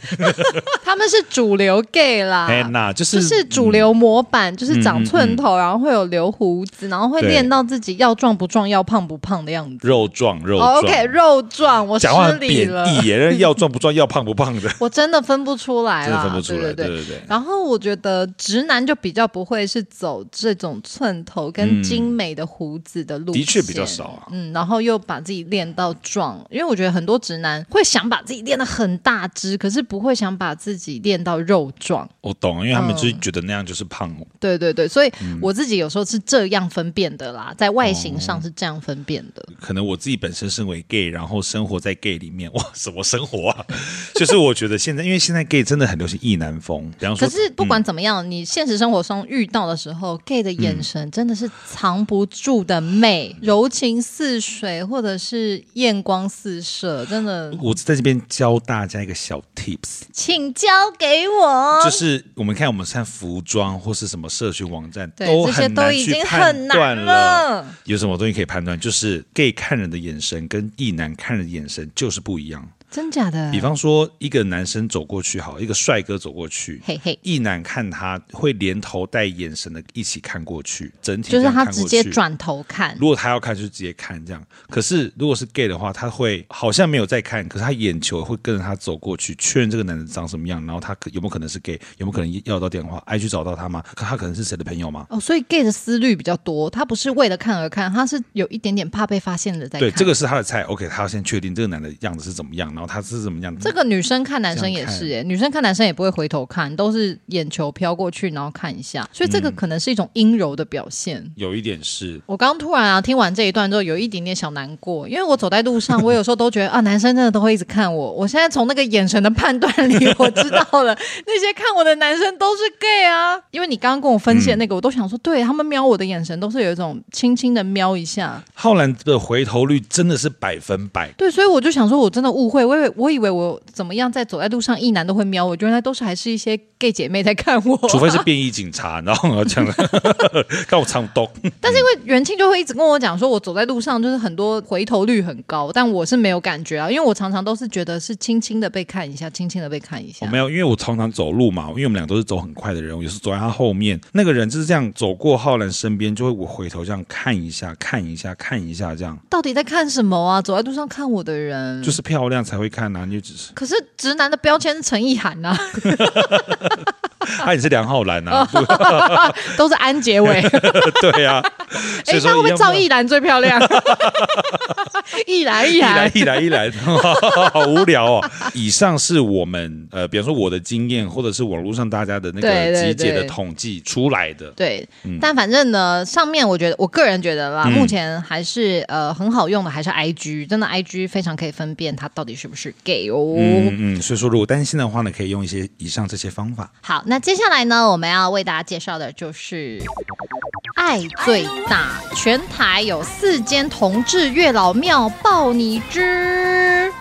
[SPEAKER 3] 他们是主流 gay 啦。
[SPEAKER 2] 哎那就是
[SPEAKER 3] 啊就是嗯主流模板，就是长寸头，然后会有留胡子，然后会
[SPEAKER 2] 对
[SPEAKER 3] 练到自己要壮不壮、要胖不胖的样
[SPEAKER 2] 嗯
[SPEAKER 3] 子。
[SPEAKER 2] 肉壮肉壮。
[SPEAKER 3] 哦 OK，肉壮，哦我失
[SPEAKER 2] 讲话很
[SPEAKER 3] 礼
[SPEAKER 2] 贬
[SPEAKER 3] 了，
[SPEAKER 2] 义耶，人要壮不壮，要胖不胖的，
[SPEAKER 3] 我真的分不出来
[SPEAKER 2] 真的
[SPEAKER 3] 啦，
[SPEAKER 2] 分不出来。
[SPEAKER 3] 对
[SPEAKER 2] 对
[SPEAKER 3] 对。
[SPEAKER 2] 对对，
[SPEAKER 3] 然后我觉得直男就比较不会是走这种寸头跟精美的胡子的路线，
[SPEAKER 2] 的确比较少啊
[SPEAKER 3] 嗯，然后又把自己练到壮，因为我觉得很多直男会想把自己练得很大只，可是不会想把自己练到肉壮。
[SPEAKER 2] 我懂，因为他们就是觉得那样就是胖。
[SPEAKER 3] 对对对，所以
[SPEAKER 2] 嗯
[SPEAKER 3] 我自己有时候是这样分辨的啦，在外形
[SPEAKER 2] 哦
[SPEAKER 3] 上是这样分辨的。
[SPEAKER 2] 可能我自己本身身为 gay，然后生活在 gay 里面，哇，什么生活 啊？就是我觉得现在，因为现在 gay 真的很流行异男风，比方说，嗯
[SPEAKER 3] 可是不管怎么样，你现实生活中遇到的时候，gay 的眼
[SPEAKER 2] 嗯
[SPEAKER 3] 神真的是藏不住的媚，柔情似水，或者是艳光四射，真的，
[SPEAKER 2] 嗯我在这边教大家一个小 tips，
[SPEAKER 3] 请交给我。
[SPEAKER 2] 就是我们看我们看服装或是什么社群网站，
[SPEAKER 3] 对
[SPEAKER 2] 都
[SPEAKER 3] 这些
[SPEAKER 2] 很
[SPEAKER 3] 都
[SPEAKER 2] 难
[SPEAKER 3] 已
[SPEAKER 2] 去
[SPEAKER 3] 经很
[SPEAKER 2] 判
[SPEAKER 3] 难
[SPEAKER 2] 断
[SPEAKER 3] 了。
[SPEAKER 2] 有什么东西可以判断？就是 gay 看人的眼神跟异男看人的眼神就是不一样。
[SPEAKER 3] 真假的
[SPEAKER 2] 比，方说，一个男生走过去好，一个帅哥走过去，
[SPEAKER 3] 嘿嘿
[SPEAKER 2] 一男看他会连头带眼神的一起看过去，整体这
[SPEAKER 3] 就是
[SPEAKER 2] 样
[SPEAKER 3] 他
[SPEAKER 2] 看
[SPEAKER 3] 直
[SPEAKER 2] 过
[SPEAKER 3] 接
[SPEAKER 2] 去。
[SPEAKER 3] 转头看，
[SPEAKER 2] 如果他要看，就直接看这样。可是如果是 gay 的话，他会好像没有在看，可是他眼球会跟着他走过去，确认这个男人长什么样，然后他可有没有可能是 gay，有没有可能要得到电话，爱去找到他吗？可他可能是谁的朋友吗？
[SPEAKER 3] 哦，所以 gay 的思虑比较多，他不是为了看而看，他是有一点点怕被发现的在看。
[SPEAKER 2] 对，这个是他的菜。OK，他要先确定这个男的样子是怎么样，然后他是怎么样。
[SPEAKER 3] 这个女生看男生
[SPEAKER 2] 这
[SPEAKER 3] 也
[SPEAKER 2] 样看
[SPEAKER 3] 是、欸，女生看男生也不会回头看，都是眼球飘过去，然后看一下，所以这个可能是一种阴柔的表现。
[SPEAKER 2] 有一点是
[SPEAKER 3] 我刚突然啊，听完这一段之后，有一点点小难过，因为我走在路上，我有时候都觉得 啊，男生真的都会一直看我。我现在从那个眼神的判断里， 我知道了，那些看我的男生都是 gay 啊。因为你刚刚跟我分
[SPEAKER 2] 嗯
[SPEAKER 3] 析的那个，我都想说，对他们瞄我的眼神都是有一种轻轻的瞄一下，
[SPEAKER 2] 浩然的回头率真的是百分百，
[SPEAKER 3] 对，所以我就想说，我真的误会，我以为我以为我怎么样在走在路上，一男都会瞄我，原来都是还是一些 gay 姐妹在看我。
[SPEAKER 2] 除非是便衣警察，然后我这样，看我唱东。
[SPEAKER 3] 但是因为元庆就会一直跟我讲说，我走在路上就是很多回头率很高，但我是没有感觉啊，因为我常常都是觉得是轻轻的被看一下，轻轻的被看一
[SPEAKER 2] 我
[SPEAKER 3] 下。
[SPEAKER 2] 没有，因为我常常走路嘛，因为我们俩都是走很快的人，我有时走在他后面，那个人就是这样走过浩然身边，就会我回头这样看一下，看一下，看一下，这样
[SPEAKER 3] 到底在看什么啊？走在路上看我的人，
[SPEAKER 2] 就是漂亮才会看啊，你就只是
[SPEAKER 3] 可是直男的标签是陈意涵 啊，
[SPEAKER 2] 他也是梁浩然啊，
[SPEAKER 3] 都是安结尾。
[SPEAKER 2] 对对啊， 所
[SPEAKER 3] 哎
[SPEAKER 2] 以，说
[SPEAKER 3] 那会不
[SPEAKER 2] 一
[SPEAKER 3] 会
[SPEAKER 2] 样
[SPEAKER 3] 赵
[SPEAKER 2] 嘛
[SPEAKER 3] 意兰最漂 亮？意兰，意
[SPEAKER 2] 一来
[SPEAKER 3] 兰，
[SPEAKER 2] 一来一来，好无聊哦。以上是我们呃，比方说我的经验，或者是网络上大家的那
[SPEAKER 3] 对
[SPEAKER 2] 个
[SPEAKER 3] 对
[SPEAKER 2] 集结的
[SPEAKER 3] 对
[SPEAKER 2] 统计出来的。
[SPEAKER 3] 对，但反正呢，上面我觉得，我个人觉得啦，
[SPEAKER 2] 嗯
[SPEAKER 3] 目前还是呃很好用的，还是 I G，真的 I G 非常可以分辨它到底是不是 gay 哦。
[SPEAKER 2] 嗯嗯，所以说如果担心的话呢，可以用一些以上这些方法。
[SPEAKER 3] 好，那接下来呢，我们要为大家介绍的就是爱最大，全台有四间同志月老庙报你知，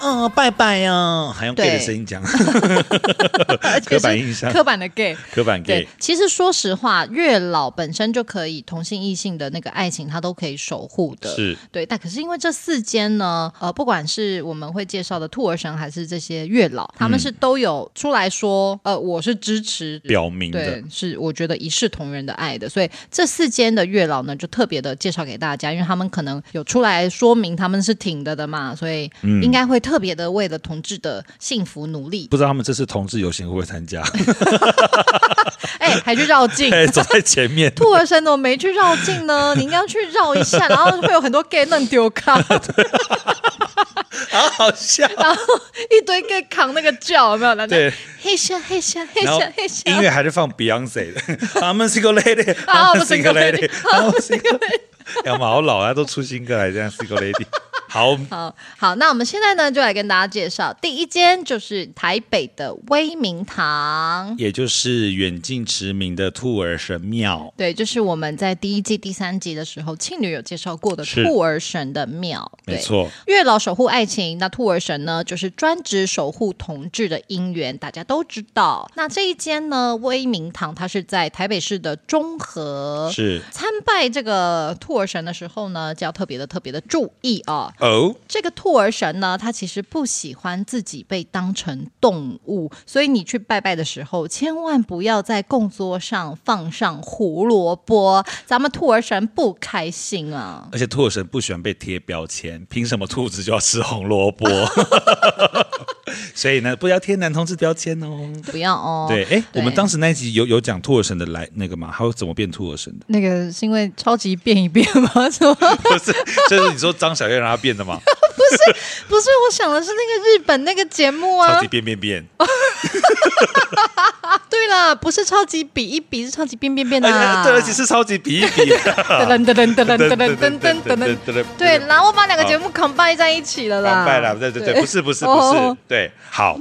[SPEAKER 2] 嗯、拜拜啊，还用 gay 的
[SPEAKER 3] 对
[SPEAKER 2] 声音讲，
[SPEAKER 3] 而且
[SPEAKER 2] 刻 板
[SPEAKER 3] 是
[SPEAKER 2] 印象，
[SPEAKER 3] 刻板的 gay。
[SPEAKER 2] 刻板
[SPEAKER 3] 对
[SPEAKER 2] gay，，
[SPEAKER 3] 其实说实话，月老本身就可以同性异性的那个爱情，它都可以守护的。
[SPEAKER 2] 是
[SPEAKER 3] 对，但可是因为这四间呢，呃，不管是我们会介绍的兔儿神，还是这些月老，他
[SPEAKER 2] 嗯
[SPEAKER 3] 们是都有出来说，呃，我是支持。
[SPEAKER 2] 表明的
[SPEAKER 3] 对，，是我觉得一视同仁的爱的，所以这四间的月老呢，就特别的介绍给大家，因为他们可能有出来说明他们是挺的的嘛，所以应该会特别的为了同志的幸福努力。
[SPEAKER 2] 嗯不知道他们这次同志游行会不会参加？
[SPEAKER 3] 哎、还去绕境，，
[SPEAKER 2] 哎，走在前面
[SPEAKER 3] 兔儿神怎么没去绕境呢？你应该要去绕一下，然后会有很多 gay 弄丢卡，
[SPEAKER 2] 好好笑。
[SPEAKER 3] 然后一堆 gay 扛那个叫，有没有？然后
[SPEAKER 2] 对，
[SPEAKER 3] 嘿下嘿下嘿
[SPEAKER 2] 然后
[SPEAKER 3] 下嘿下，
[SPEAKER 2] 音乐还是放 Beyonce 的，I'm a single lady，I'm
[SPEAKER 3] I'm a
[SPEAKER 2] a
[SPEAKER 3] single
[SPEAKER 2] single
[SPEAKER 3] lady，
[SPEAKER 2] lady，I'm a single lady。哎，我们好老啊，都出新歌还这样 single lady。好，
[SPEAKER 3] 好好，那我们现在呢，就来跟大家介绍第一间，就是台北的威明堂。
[SPEAKER 2] 也就是远近驰名的兔儿神庙。
[SPEAKER 3] 对，就是我们在第一季第三集的时候，庆女有介绍过的
[SPEAKER 2] 是
[SPEAKER 3] 兔儿神的庙。对
[SPEAKER 2] 没，错，
[SPEAKER 3] 月老守护爱情，那兔儿神呢，就是专职守护同志的姻缘，大家都知道。那这一间呢，威明堂，它是在台北市的中和。
[SPEAKER 2] 是
[SPEAKER 3] 参拜这个兔儿神的时候呢，就要特别的特别的注意啊、
[SPEAKER 2] 哦，
[SPEAKER 3] 这个兔儿神呢，他其实不喜欢自己被当成动物，所以你去拜拜的时候，千万不要在供桌上放上胡萝卜，咱们兔儿神不开心啊。
[SPEAKER 2] 而且兔儿神不喜欢被贴标签，凭什么兔子就要吃红萝 卜？所以呢，不要贴男同志标签哦。
[SPEAKER 3] 不要哦，？
[SPEAKER 2] 对，哎，我们当时那一集有有讲兔儿神的来那个嘛，还有怎么变兔儿神的
[SPEAKER 3] 那个是因为超级变一变吗？ 什么？
[SPEAKER 2] 不是， 就是你说张小燕让他变 的嘛，
[SPEAKER 3] 不是，我想的是那个日本那个节目
[SPEAKER 2] 超
[SPEAKER 3] 啊
[SPEAKER 2] 级。变变变。
[SPEAKER 3] 对了，不是超级比一比，是超级变变变
[SPEAKER 2] 而
[SPEAKER 3] 的、
[SPEAKER 2] 且
[SPEAKER 3] 啊。
[SPEAKER 2] 哎对，而且是超级比一 比的。
[SPEAKER 3] 噔噔噔噔噔噔噔噔噔噔噔。 对，然后我把两个节目 combine 在一起了啦。
[SPEAKER 2] 完败了，对对对，不是不是不是
[SPEAKER 3] 哦，
[SPEAKER 2] 对，好。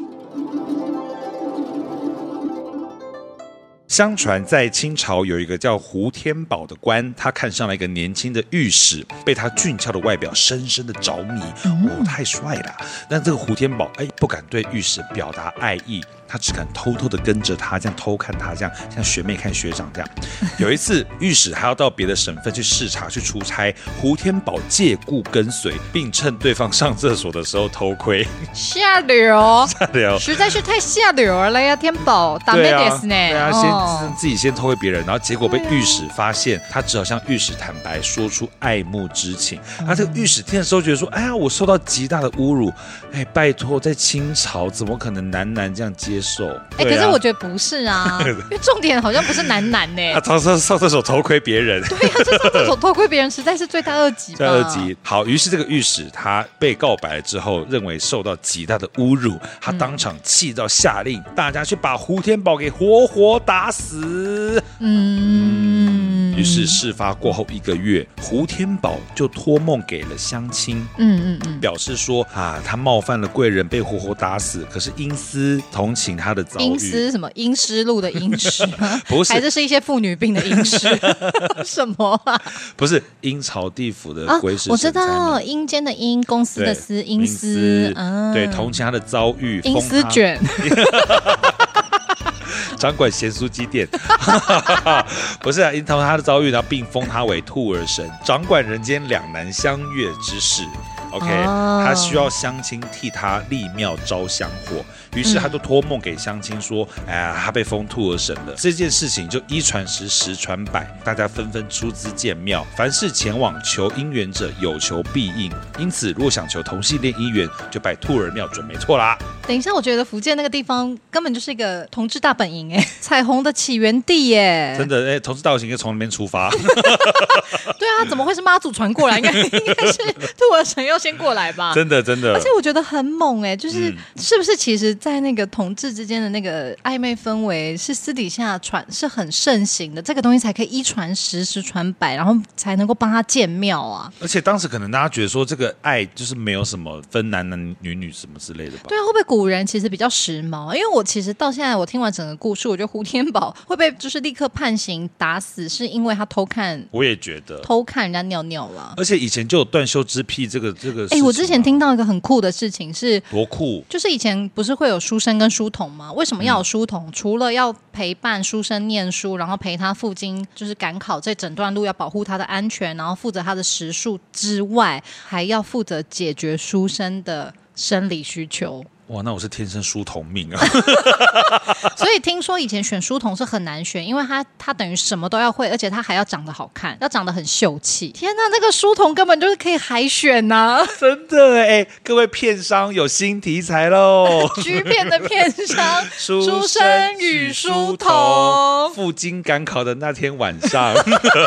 [SPEAKER 2] 相传在清朝有一个叫胡天宝的官，他看上了一个年轻的御史，被他俊俏的外表深深的着迷，哦，太帅了！但这个胡天宝哎，不敢对御史表达爱意，他只敢偷偷的跟着他，这样偷看他，这样像学妹看学长这样。有一次，御史还要到别的省份去视察去出差，胡天宝借故跟随，并趁对方上厕所的时候偷窥。
[SPEAKER 3] 下流，
[SPEAKER 2] 对哦，
[SPEAKER 3] 实在是太下流了呀！天宝，打
[SPEAKER 2] 对
[SPEAKER 3] 咩
[SPEAKER 2] 啊
[SPEAKER 3] 点呢？
[SPEAKER 2] 对啊，
[SPEAKER 3] 哦
[SPEAKER 2] 先自己先偷窥别人，然后结果被御史发现，他只好向御史坦白，说出爱慕之情。那这个御史听的时候觉得说，哎呀，我受到极大的侮辱，哎，拜托，在清朝怎么可能男男这样接受？
[SPEAKER 3] 哎，可
[SPEAKER 2] 对啊
[SPEAKER 3] 是我觉得不 是啊，因为重点好像不是男男呢。
[SPEAKER 2] 他上上上厕所偷窥别人。
[SPEAKER 3] 对呀，这上厕所偷窥别人实在是罪大恶极吧。
[SPEAKER 2] 第二集，好，于是这个御史他被告白了之后，认为受到极大的侮辱，他当场气到下令、大家去把胡天宝给活活打死。
[SPEAKER 3] 嗯，
[SPEAKER 2] 于是事发过后一个月，胡天宝就托梦给了乡亲，
[SPEAKER 3] 嗯嗯嗯，
[SPEAKER 2] 表示说啊，他冒犯了贵人，被活活打死。可是阴司同情他的遭
[SPEAKER 3] 阴
[SPEAKER 2] 遇，
[SPEAKER 3] 湿什么阴湿路的阴湿吗
[SPEAKER 2] 不是
[SPEAKER 3] 还是是一些妇女病的阴湿？ 什么啊？
[SPEAKER 2] 不是阴曹地府的
[SPEAKER 3] 啊
[SPEAKER 2] 鬼使、神
[SPEAKER 3] 我知
[SPEAKER 2] 差嘛
[SPEAKER 3] 道，阴间的阴，公司的
[SPEAKER 2] 对
[SPEAKER 3] 司，
[SPEAKER 2] 阴
[SPEAKER 3] 阴司，嗯，
[SPEAKER 2] 对，同情他的遭遇，
[SPEAKER 3] 阴
[SPEAKER 2] 封
[SPEAKER 3] 司
[SPEAKER 2] 他
[SPEAKER 3] 卷，
[SPEAKER 2] 掌管咸酥鸡店， 不是啊，因同他的遭遇，然后并封他为兔儿神，掌管人间两难相悦之事。OK，、
[SPEAKER 3] 哦
[SPEAKER 2] 他需要乡亲替他立庙招香火，于是他就托梦给乡亲说：“哎呀，他被封兔儿神了。”这件事情就一传十，十传百，大家纷纷出资建庙。凡是前往求姻缘者，有求必应。因此，若想求同性恋姻缘，就拜兔儿庙准没错啦。
[SPEAKER 3] 等一下，我觉得福建那个地方根本就是一个同志大本营哎， 彩虹的起源地耶。
[SPEAKER 2] 真的，哎、同志道行应该从那边出发。
[SPEAKER 3] 对啊，怎么会是妈祖传过来？应该 应该是兔儿神要先过来吧。
[SPEAKER 2] 真的嗯真的，
[SPEAKER 3] 而且我觉得很猛哎、就是、是不是其实，在那个同志之间的那个暧昧氛围是私底下传是很盛行的，这个东西才可以一传十，十传百，然后才能够帮他建庙啊。
[SPEAKER 2] 而且当时可能大家觉得说这个爱就是没有什么分男男女女什么之类的吧。
[SPEAKER 3] 对啊，会不会古人其实比较时髦？因为我其实到现在我听完整个故事，我觉得胡天宝会被就是立刻判刑打死，是因为他偷看
[SPEAKER 2] 我也觉得，
[SPEAKER 3] 偷看人家尿尿了。
[SPEAKER 2] 而且以前就有断袖之癖这个这个事情啊。
[SPEAKER 3] 哎，我之前听到一个很酷的事情是。
[SPEAKER 2] 多酷，
[SPEAKER 3] 就是以前不是会有书生跟书童吗？为什么要有书童？除了要陪伴书生念书，然后陪他赴京，就是赶考这整段路要保护他的安全，然后负责他的食宿之外，还要负责解决书生的生理需求。
[SPEAKER 2] 哇，那我是天生书童命 啊！
[SPEAKER 3] 所以听说以前选书童是很难选，因为他他等于什么都要会，而且他还要长得好看，要长得很秀气。天呐，那个书童根本就是可以海选呐、！
[SPEAKER 2] 真的哎，各位片商有新题材喽
[SPEAKER 3] 局片的片 商
[SPEAKER 2] 书
[SPEAKER 3] 生与书童。
[SPEAKER 2] 赴京赶考的那天晚上，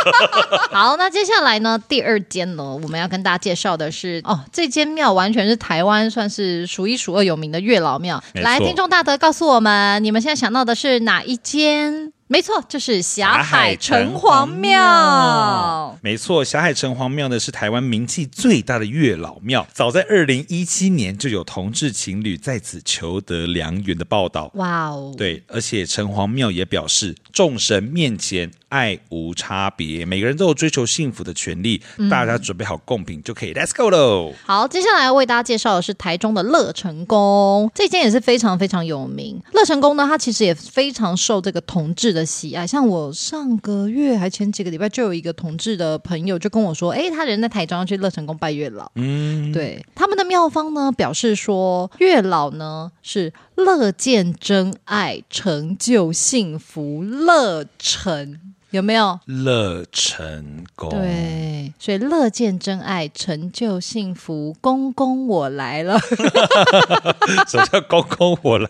[SPEAKER 3] 好，那接下来呢，第二间呢，我们要跟大家介绍的是哦，这间庙完全是台湾算是数一数二有名的月老庙。
[SPEAKER 2] 没
[SPEAKER 3] 来，
[SPEAKER 2] 错
[SPEAKER 3] 听众大德告诉我们，你们现在想到的是哪一间？没错，就是霞海城隍
[SPEAKER 2] 隍
[SPEAKER 3] 庙。
[SPEAKER 2] 没错，霞海城隍庙呢是台湾名气最大的月老庙，早在二零一七年就有同志情侣在此求得良缘的报道。
[SPEAKER 3] 哇哦，，
[SPEAKER 2] 对，而且城隍庙也表示，众神面前爱无差别，每个人都有追求幸福的权利。
[SPEAKER 3] 嗯
[SPEAKER 2] 大家准备好贡品就可以，Let's go 喽！
[SPEAKER 3] 好，接下来要为大家介绍的是台中的乐成宫，这间也是非常非常有名。乐成宫呢，它其实也非常受这个同志的喜爱。像我上个月还前几个礼拜，就有一个同志的朋友就跟我说，诶，他人在台中要去乐成宫拜月老。嗯，对，他们的庙方呢表示说，月老呢是乐见真爱，成就幸福，乐成有没
[SPEAKER 2] 哦
[SPEAKER 3] 有？
[SPEAKER 2] 乐成功，
[SPEAKER 3] 对，所以乐见真爱，成就幸福，公公我来了，
[SPEAKER 2] 什么叫公公我 来？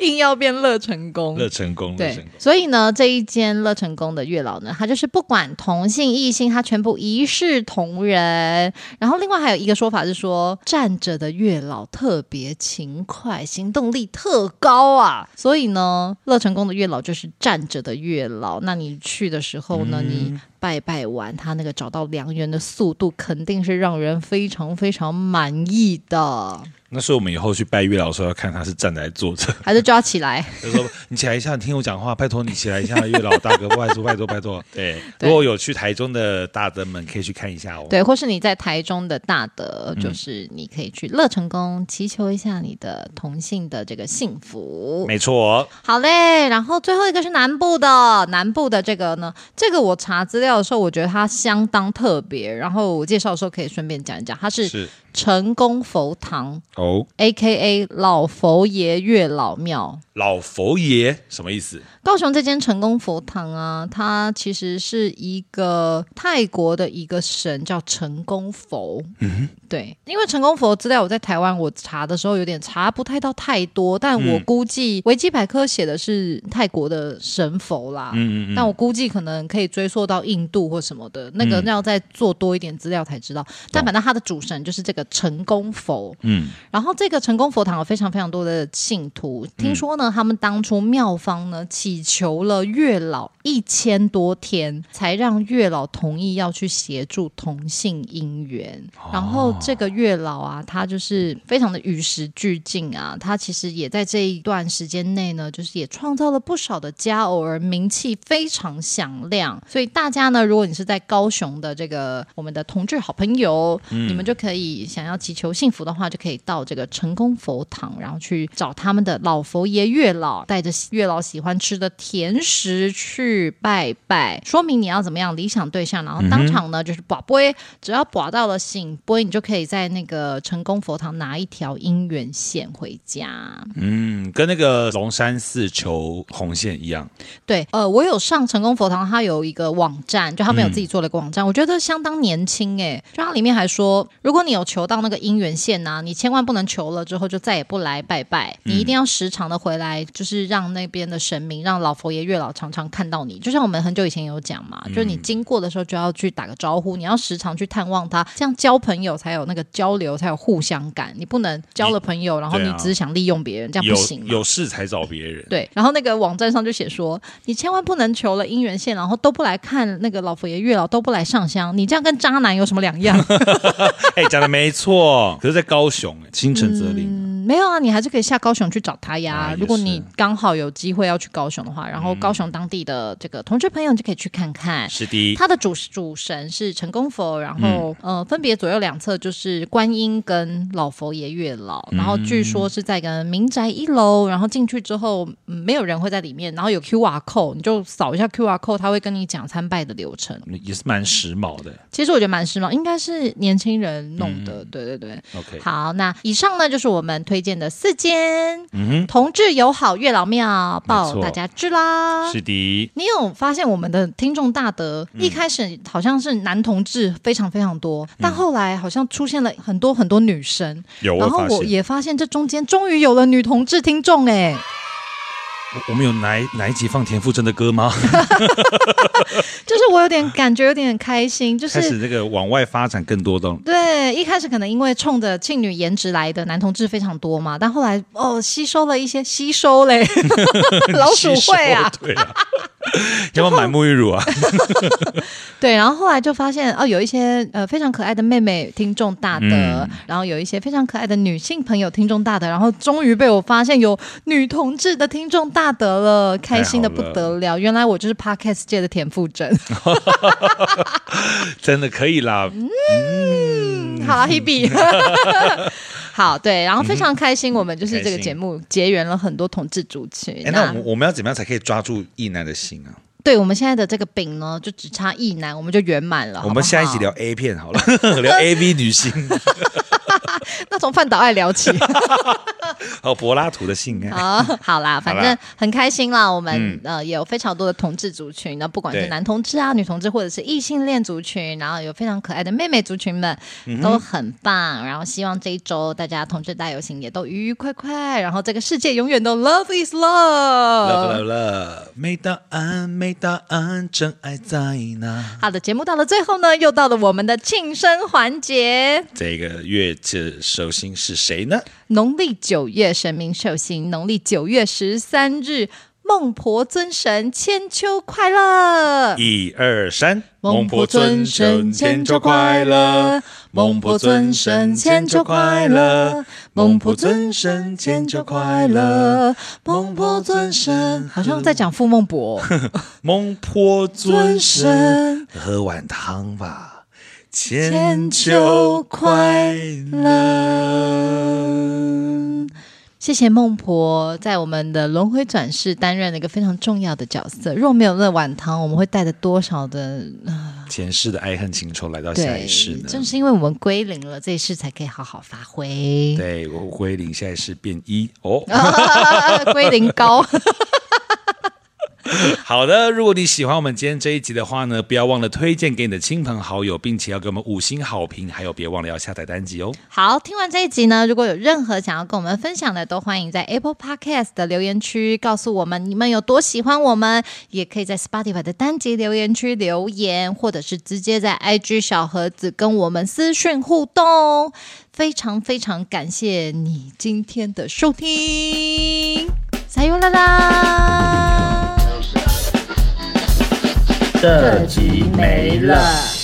[SPEAKER 3] 硬要变乐成功。
[SPEAKER 2] 乐成功，乐成
[SPEAKER 3] 对
[SPEAKER 2] 功，。
[SPEAKER 3] 所以呢，这一间乐成宫的月老呢，他就是不管同性异性，他全部一视同仁。然后另外还有一个说法是说，站着的月老特别勤快，行动力特高啊。所以呢，乐成宫的月老就是站着的月老。那你去的时候
[SPEAKER 2] 嗯
[SPEAKER 3] 呢，你拜拜完，他那个找到良缘的速度，肯定是让人非常非常满意的。
[SPEAKER 2] 那所以我们以后去拜月老的时候，要看他是站着还是坐着。
[SPEAKER 3] 还是抓起来。
[SPEAKER 2] 就说你起来一下，你听我讲话，拜托你起来一下，月老大哥，拜托拜托拜托。 对，
[SPEAKER 3] 对
[SPEAKER 2] 如果有去台中的大灯们，可以去看一下哦。
[SPEAKER 3] 对，或是你在台中的大德，就是你可以去乐成宫祈求一下你的同性的这个幸福。
[SPEAKER 2] 没错，哦
[SPEAKER 3] 好嘞，然后最后一个是南部的，南部的这个呢，这个我查资料的时候，我觉得它相当特别。然后我介绍的时候可以顺便讲一讲，它是
[SPEAKER 2] 是
[SPEAKER 3] 成功佛堂
[SPEAKER 2] 哦，
[SPEAKER 3] （A K A 老佛爷月老庙）。
[SPEAKER 2] 老佛爷什么意思？
[SPEAKER 3] 高雄这间成功佛堂啊，它其实是一个泰国的一个神叫成功佛。嗯，对，因为成功佛资料我在台湾我查的时候有点查不太到太多，但我
[SPEAKER 2] 嗯
[SPEAKER 3] 估计维基百科写的是泰国的神佛啦。
[SPEAKER 2] 嗯嗯嗯，
[SPEAKER 3] 但我估计可能可以追溯到印度或什么的，那个
[SPEAKER 2] 嗯
[SPEAKER 3] 要再做多一点资料才知道。
[SPEAKER 2] 哦
[SPEAKER 3] 但反正它的主神就是这个成功佛，
[SPEAKER 2] 嗯，
[SPEAKER 3] 然后这个成功佛堂有非常非常多的信徒，听说呢，他们当初庙方呢祈求了月老一千多天，才让月老同意要去协助同性姻缘。然后这个月老啊，他就是非常的与时俱进啊，他其实也在这一段时间内呢，就是也创造了不少的佳偶，而名气非常响亮。所以大家呢，如果你是在高雄的这个我们的同志好朋友，你们就可以想要祈求幸福的话，就可以到这个成功佛堂，然后去找他们的老佛爷月老，带着月老喜欢吃的甜食去拜拜，说明你要怎么样理想对象，然后当场呢、就是把杯，只要把到了醒杯，你就可以在那个成功佛堂拿一条姻缘线回家。
[SPEAKER 2] 嗯，跟那个龙山寺求红线一样，
[SPEAKER 3] 对，呃，我有上成功佛堂，它有一个网站，就他们有自己做了一个网
[SPEAKER 2] 嗯
[SPEAKER 3] 站，我觉得相当年轻诶。就它里面还说，如果你有求到那个姻缘线呐、你千万不能求了之后就再也不来拜拜，你
[SPEAKER 2] 嗯
[SPEAKER 3] 一定要时常的回来，就是让那边的神明，让老佛爷、月老常常看到你。就像我们很久以前有讲嘛，
[SPEAKER 2] 嗯
[SPEAKER 3] 就是你经过的时候就要去打个招呼，你要时常去探望他，这样交朋友才有那个交流，才有互相感。你不能交了朋友，然后
[SPEAKER 2] 对
[SPEAKER 3] 你
[SPEAKER 2] 啊
[SPEAKER 3] 只是想利用别人，这样
[SPEAKER 2] 有
[SPEAKER 3] 不行嘛。啊
[SPEAKER 2] 有事才找别人。
[SPEAKER 3] 对，然后那个网站上就写说，你千万不能求了姻缘线，然后都不来看那个老佛爷月老，都不来上香，你这样跟渣男有什么两样？
[SPEAKER 2] 哎，讲的没错。可是，在高雄，哎新城则灵，
[SPEAKER 3] 嗯没有啊，你还是可以下高雄去找他呀
[SPEAKER 2] 啊。
[SPEAKER 3] 如果
[SPEAKER 2] 也是嗯
[SPEAKER 3] 你刚好有机会要去高雄的话，然后高雄当地的这个同志朋友你就可以去看看。
[SPEAKER 2] 是的，
[SPEAKER 3] 他的主主神是成功佛，然后、
[SPEAKER 2] 嗯
[SPEAKER 3] 呃，分别左右两侧就是观音跟老佛爷月老，
[SPEAKER 2] 嗯
[SPEAKER 3] 然后据说是在跟民宅一楼，然后进去之后、嗯没有人会在里面，然后有 Q R code，你就扫一下 Q R code，他会跟你讲参拜的流程。
[SPEAKER 2] 也是蛮时髦的。
[SPEAKER 3] 其实我觉得蛮时髦，应该是年轻人弄的，对对对。
[SPEAKER 2] 嗯 OK，
[SPEAKER 3] 好，那以上呢就是我们推荐的四间、
[SPEAKER 2] 嗯
[SPEAKER 3] 同志友好月老庙，
[SPEAKER 2] 没
[SPEAKER 3] 报
[SPEAKER 2] 错
[SPEAKER 3] 大家知啦。
[SPEAKER 2] 哼，是的，
[SPEAKER 3] 你有发现我们的听众大德、
[SPEAKER 2] 嗯
[SPEAKER 3] 一开始好像是男同志非常非常多，但后来好像出现了很多很多女生，
[SPEAKER 2] 有
[SPEAKER 3] 然
[SPEAKER 2] 我
[SPEAKER 3] 后
[SPEAKER 2] 发
[SPEAKER 3] 我
[SPEAKER 2] 现。
[SPEAKER 3] 也发现这中间终于有了女同志听众哎、
[SPEAKER 2] 我我们有哪一哪一集放田馥甄的歌 吗？
[SPEAKER 3] 就是我有点感觉有点开心，就
[SPEAKER 2] 开始
[SPEAKER 3] 是
[SPEAKER 2] 这个往外发展更多的
[SPEAKER 3] 对一开始可能因为冲着庆女颜值来的男同志非常多嘛，但后来哦吸收了一些吸收 嘞， 老鼠会啊
[SPEAKER 2] 吸，收对啊， 要不要买沐浴 乳啊？
[SPEAKER 3] 对，然后后来就发现哦有一些呃非常可爱的妹妹听众大德，
[SPEAKER 2] 嗯
[SPEAKER 3] 然后有一些非常可爱的女性朋友听众大德，然后终于被我发现有女同志的听众大德了，开心的不得了，原来我就是 podcast 界的田 馥甄。
[SPEAKER 2] 真的可以啦，
[SPEAKER 3] 嗯好了，Hebe，好对，然后非常开心，我们就是这个节目结缘了很多同志族群。
[SPEAKER 2] 哎，那我们我们要怎么样才可以抓住异男的心啊？
[SPEAKER 3] 对我们现在的这个饼呢，就只差一男，我们就圆满了。好不好
[SPEAKER 2] 我们下一集聊，A 片好了， 聊 AV 女星，
[SPEAKER 3] 那从范岛爱聊起
[SPEAKER 2] 哦，柏拉图的性 爱。
[SPEAKER 3] 啊。好啦，反
[SPEAKER 2] 好啦嗯
[SPEAKER 3] 正很开心啦，我们呃也有非常多的同志族群，那不管是
[SPEAKER 2] 对
[SPEAKER 3] 男同志啊、女同志，或者是异性恋族群，然后有非常可爱的妹妹族群们，
[SPEAKER 2] 嗯
[SPEAKER 3] 都很棒。然后希望这一周大家同志大游行也都愉愉快快，然后这个世界永远都 Love is
[SPEAKER 2] Love love love，没答案，没答案，真爱在哪？
[SPEAKER 3] 好的，节目到了最后呢，又到了我们的庆生环节。
[SPEAKER 2] 这个月这寿星是谁呢？
[SPEAKER 3] 农历九月神明寿星，农历九月十三日，孟婆尊神千秋快乐。
[SPEAKER 2] 一二三，
[SPEAKER 3] 孟婆尊神千秋快乐，孟婆尊神千秋快乐，孟婆尊神千秋快乐，孟婆尊神，好像在讲傅孟 博。
[SPEAKER 2] 孟婆尊神
[SPEAKER 3] 尊神，
[SPEAKER 2] 喝碗汤吧，千
[SPEAKER 3] 千
[SPEAKER 2] 秋
[SPEAKER 3] 秋
[SPEAKER 2] 快
[SPEAKER 3] 快
[SPEAKER 2] 乐。
[SPEAKER 3] 谢谢孟婆在我们的轮回转世担任了一个非常重要的角色。若没有那碗汤，我们会带着多少的呃
[SPEAKER 2] 前世的爱恨情仇来到下
[SPEAKER 3] 对
[SPEAKER 2] 一世呢？，
[SPEAKER 3] 正是因为我们归零了，这一世才可以好好发挥。
[SPEAKER 2] 对，我归零，下一世变一哦。
[SPEAKER 3] 归零高，
[SPEAKER 2] 好的，如果你喜欢我们今天这一集的话呢，不要忘了推荐给你的亲朋好友，并且要给我们五星好评，还有别忘了要下载单集哦。
[SPEAKER 3] 好，听完这一集呢，如果有任何想要跟我们分享的，都欢迎在 Apple Podcast 的留言区告诉我们你们有多喜欢我们，也可以在 Spotify 的单集留言区留言，或者是直接在 IG 小盒子跟我们私讯互动。非常非常感谢你今天的收听，撒由啦啦，这集没了。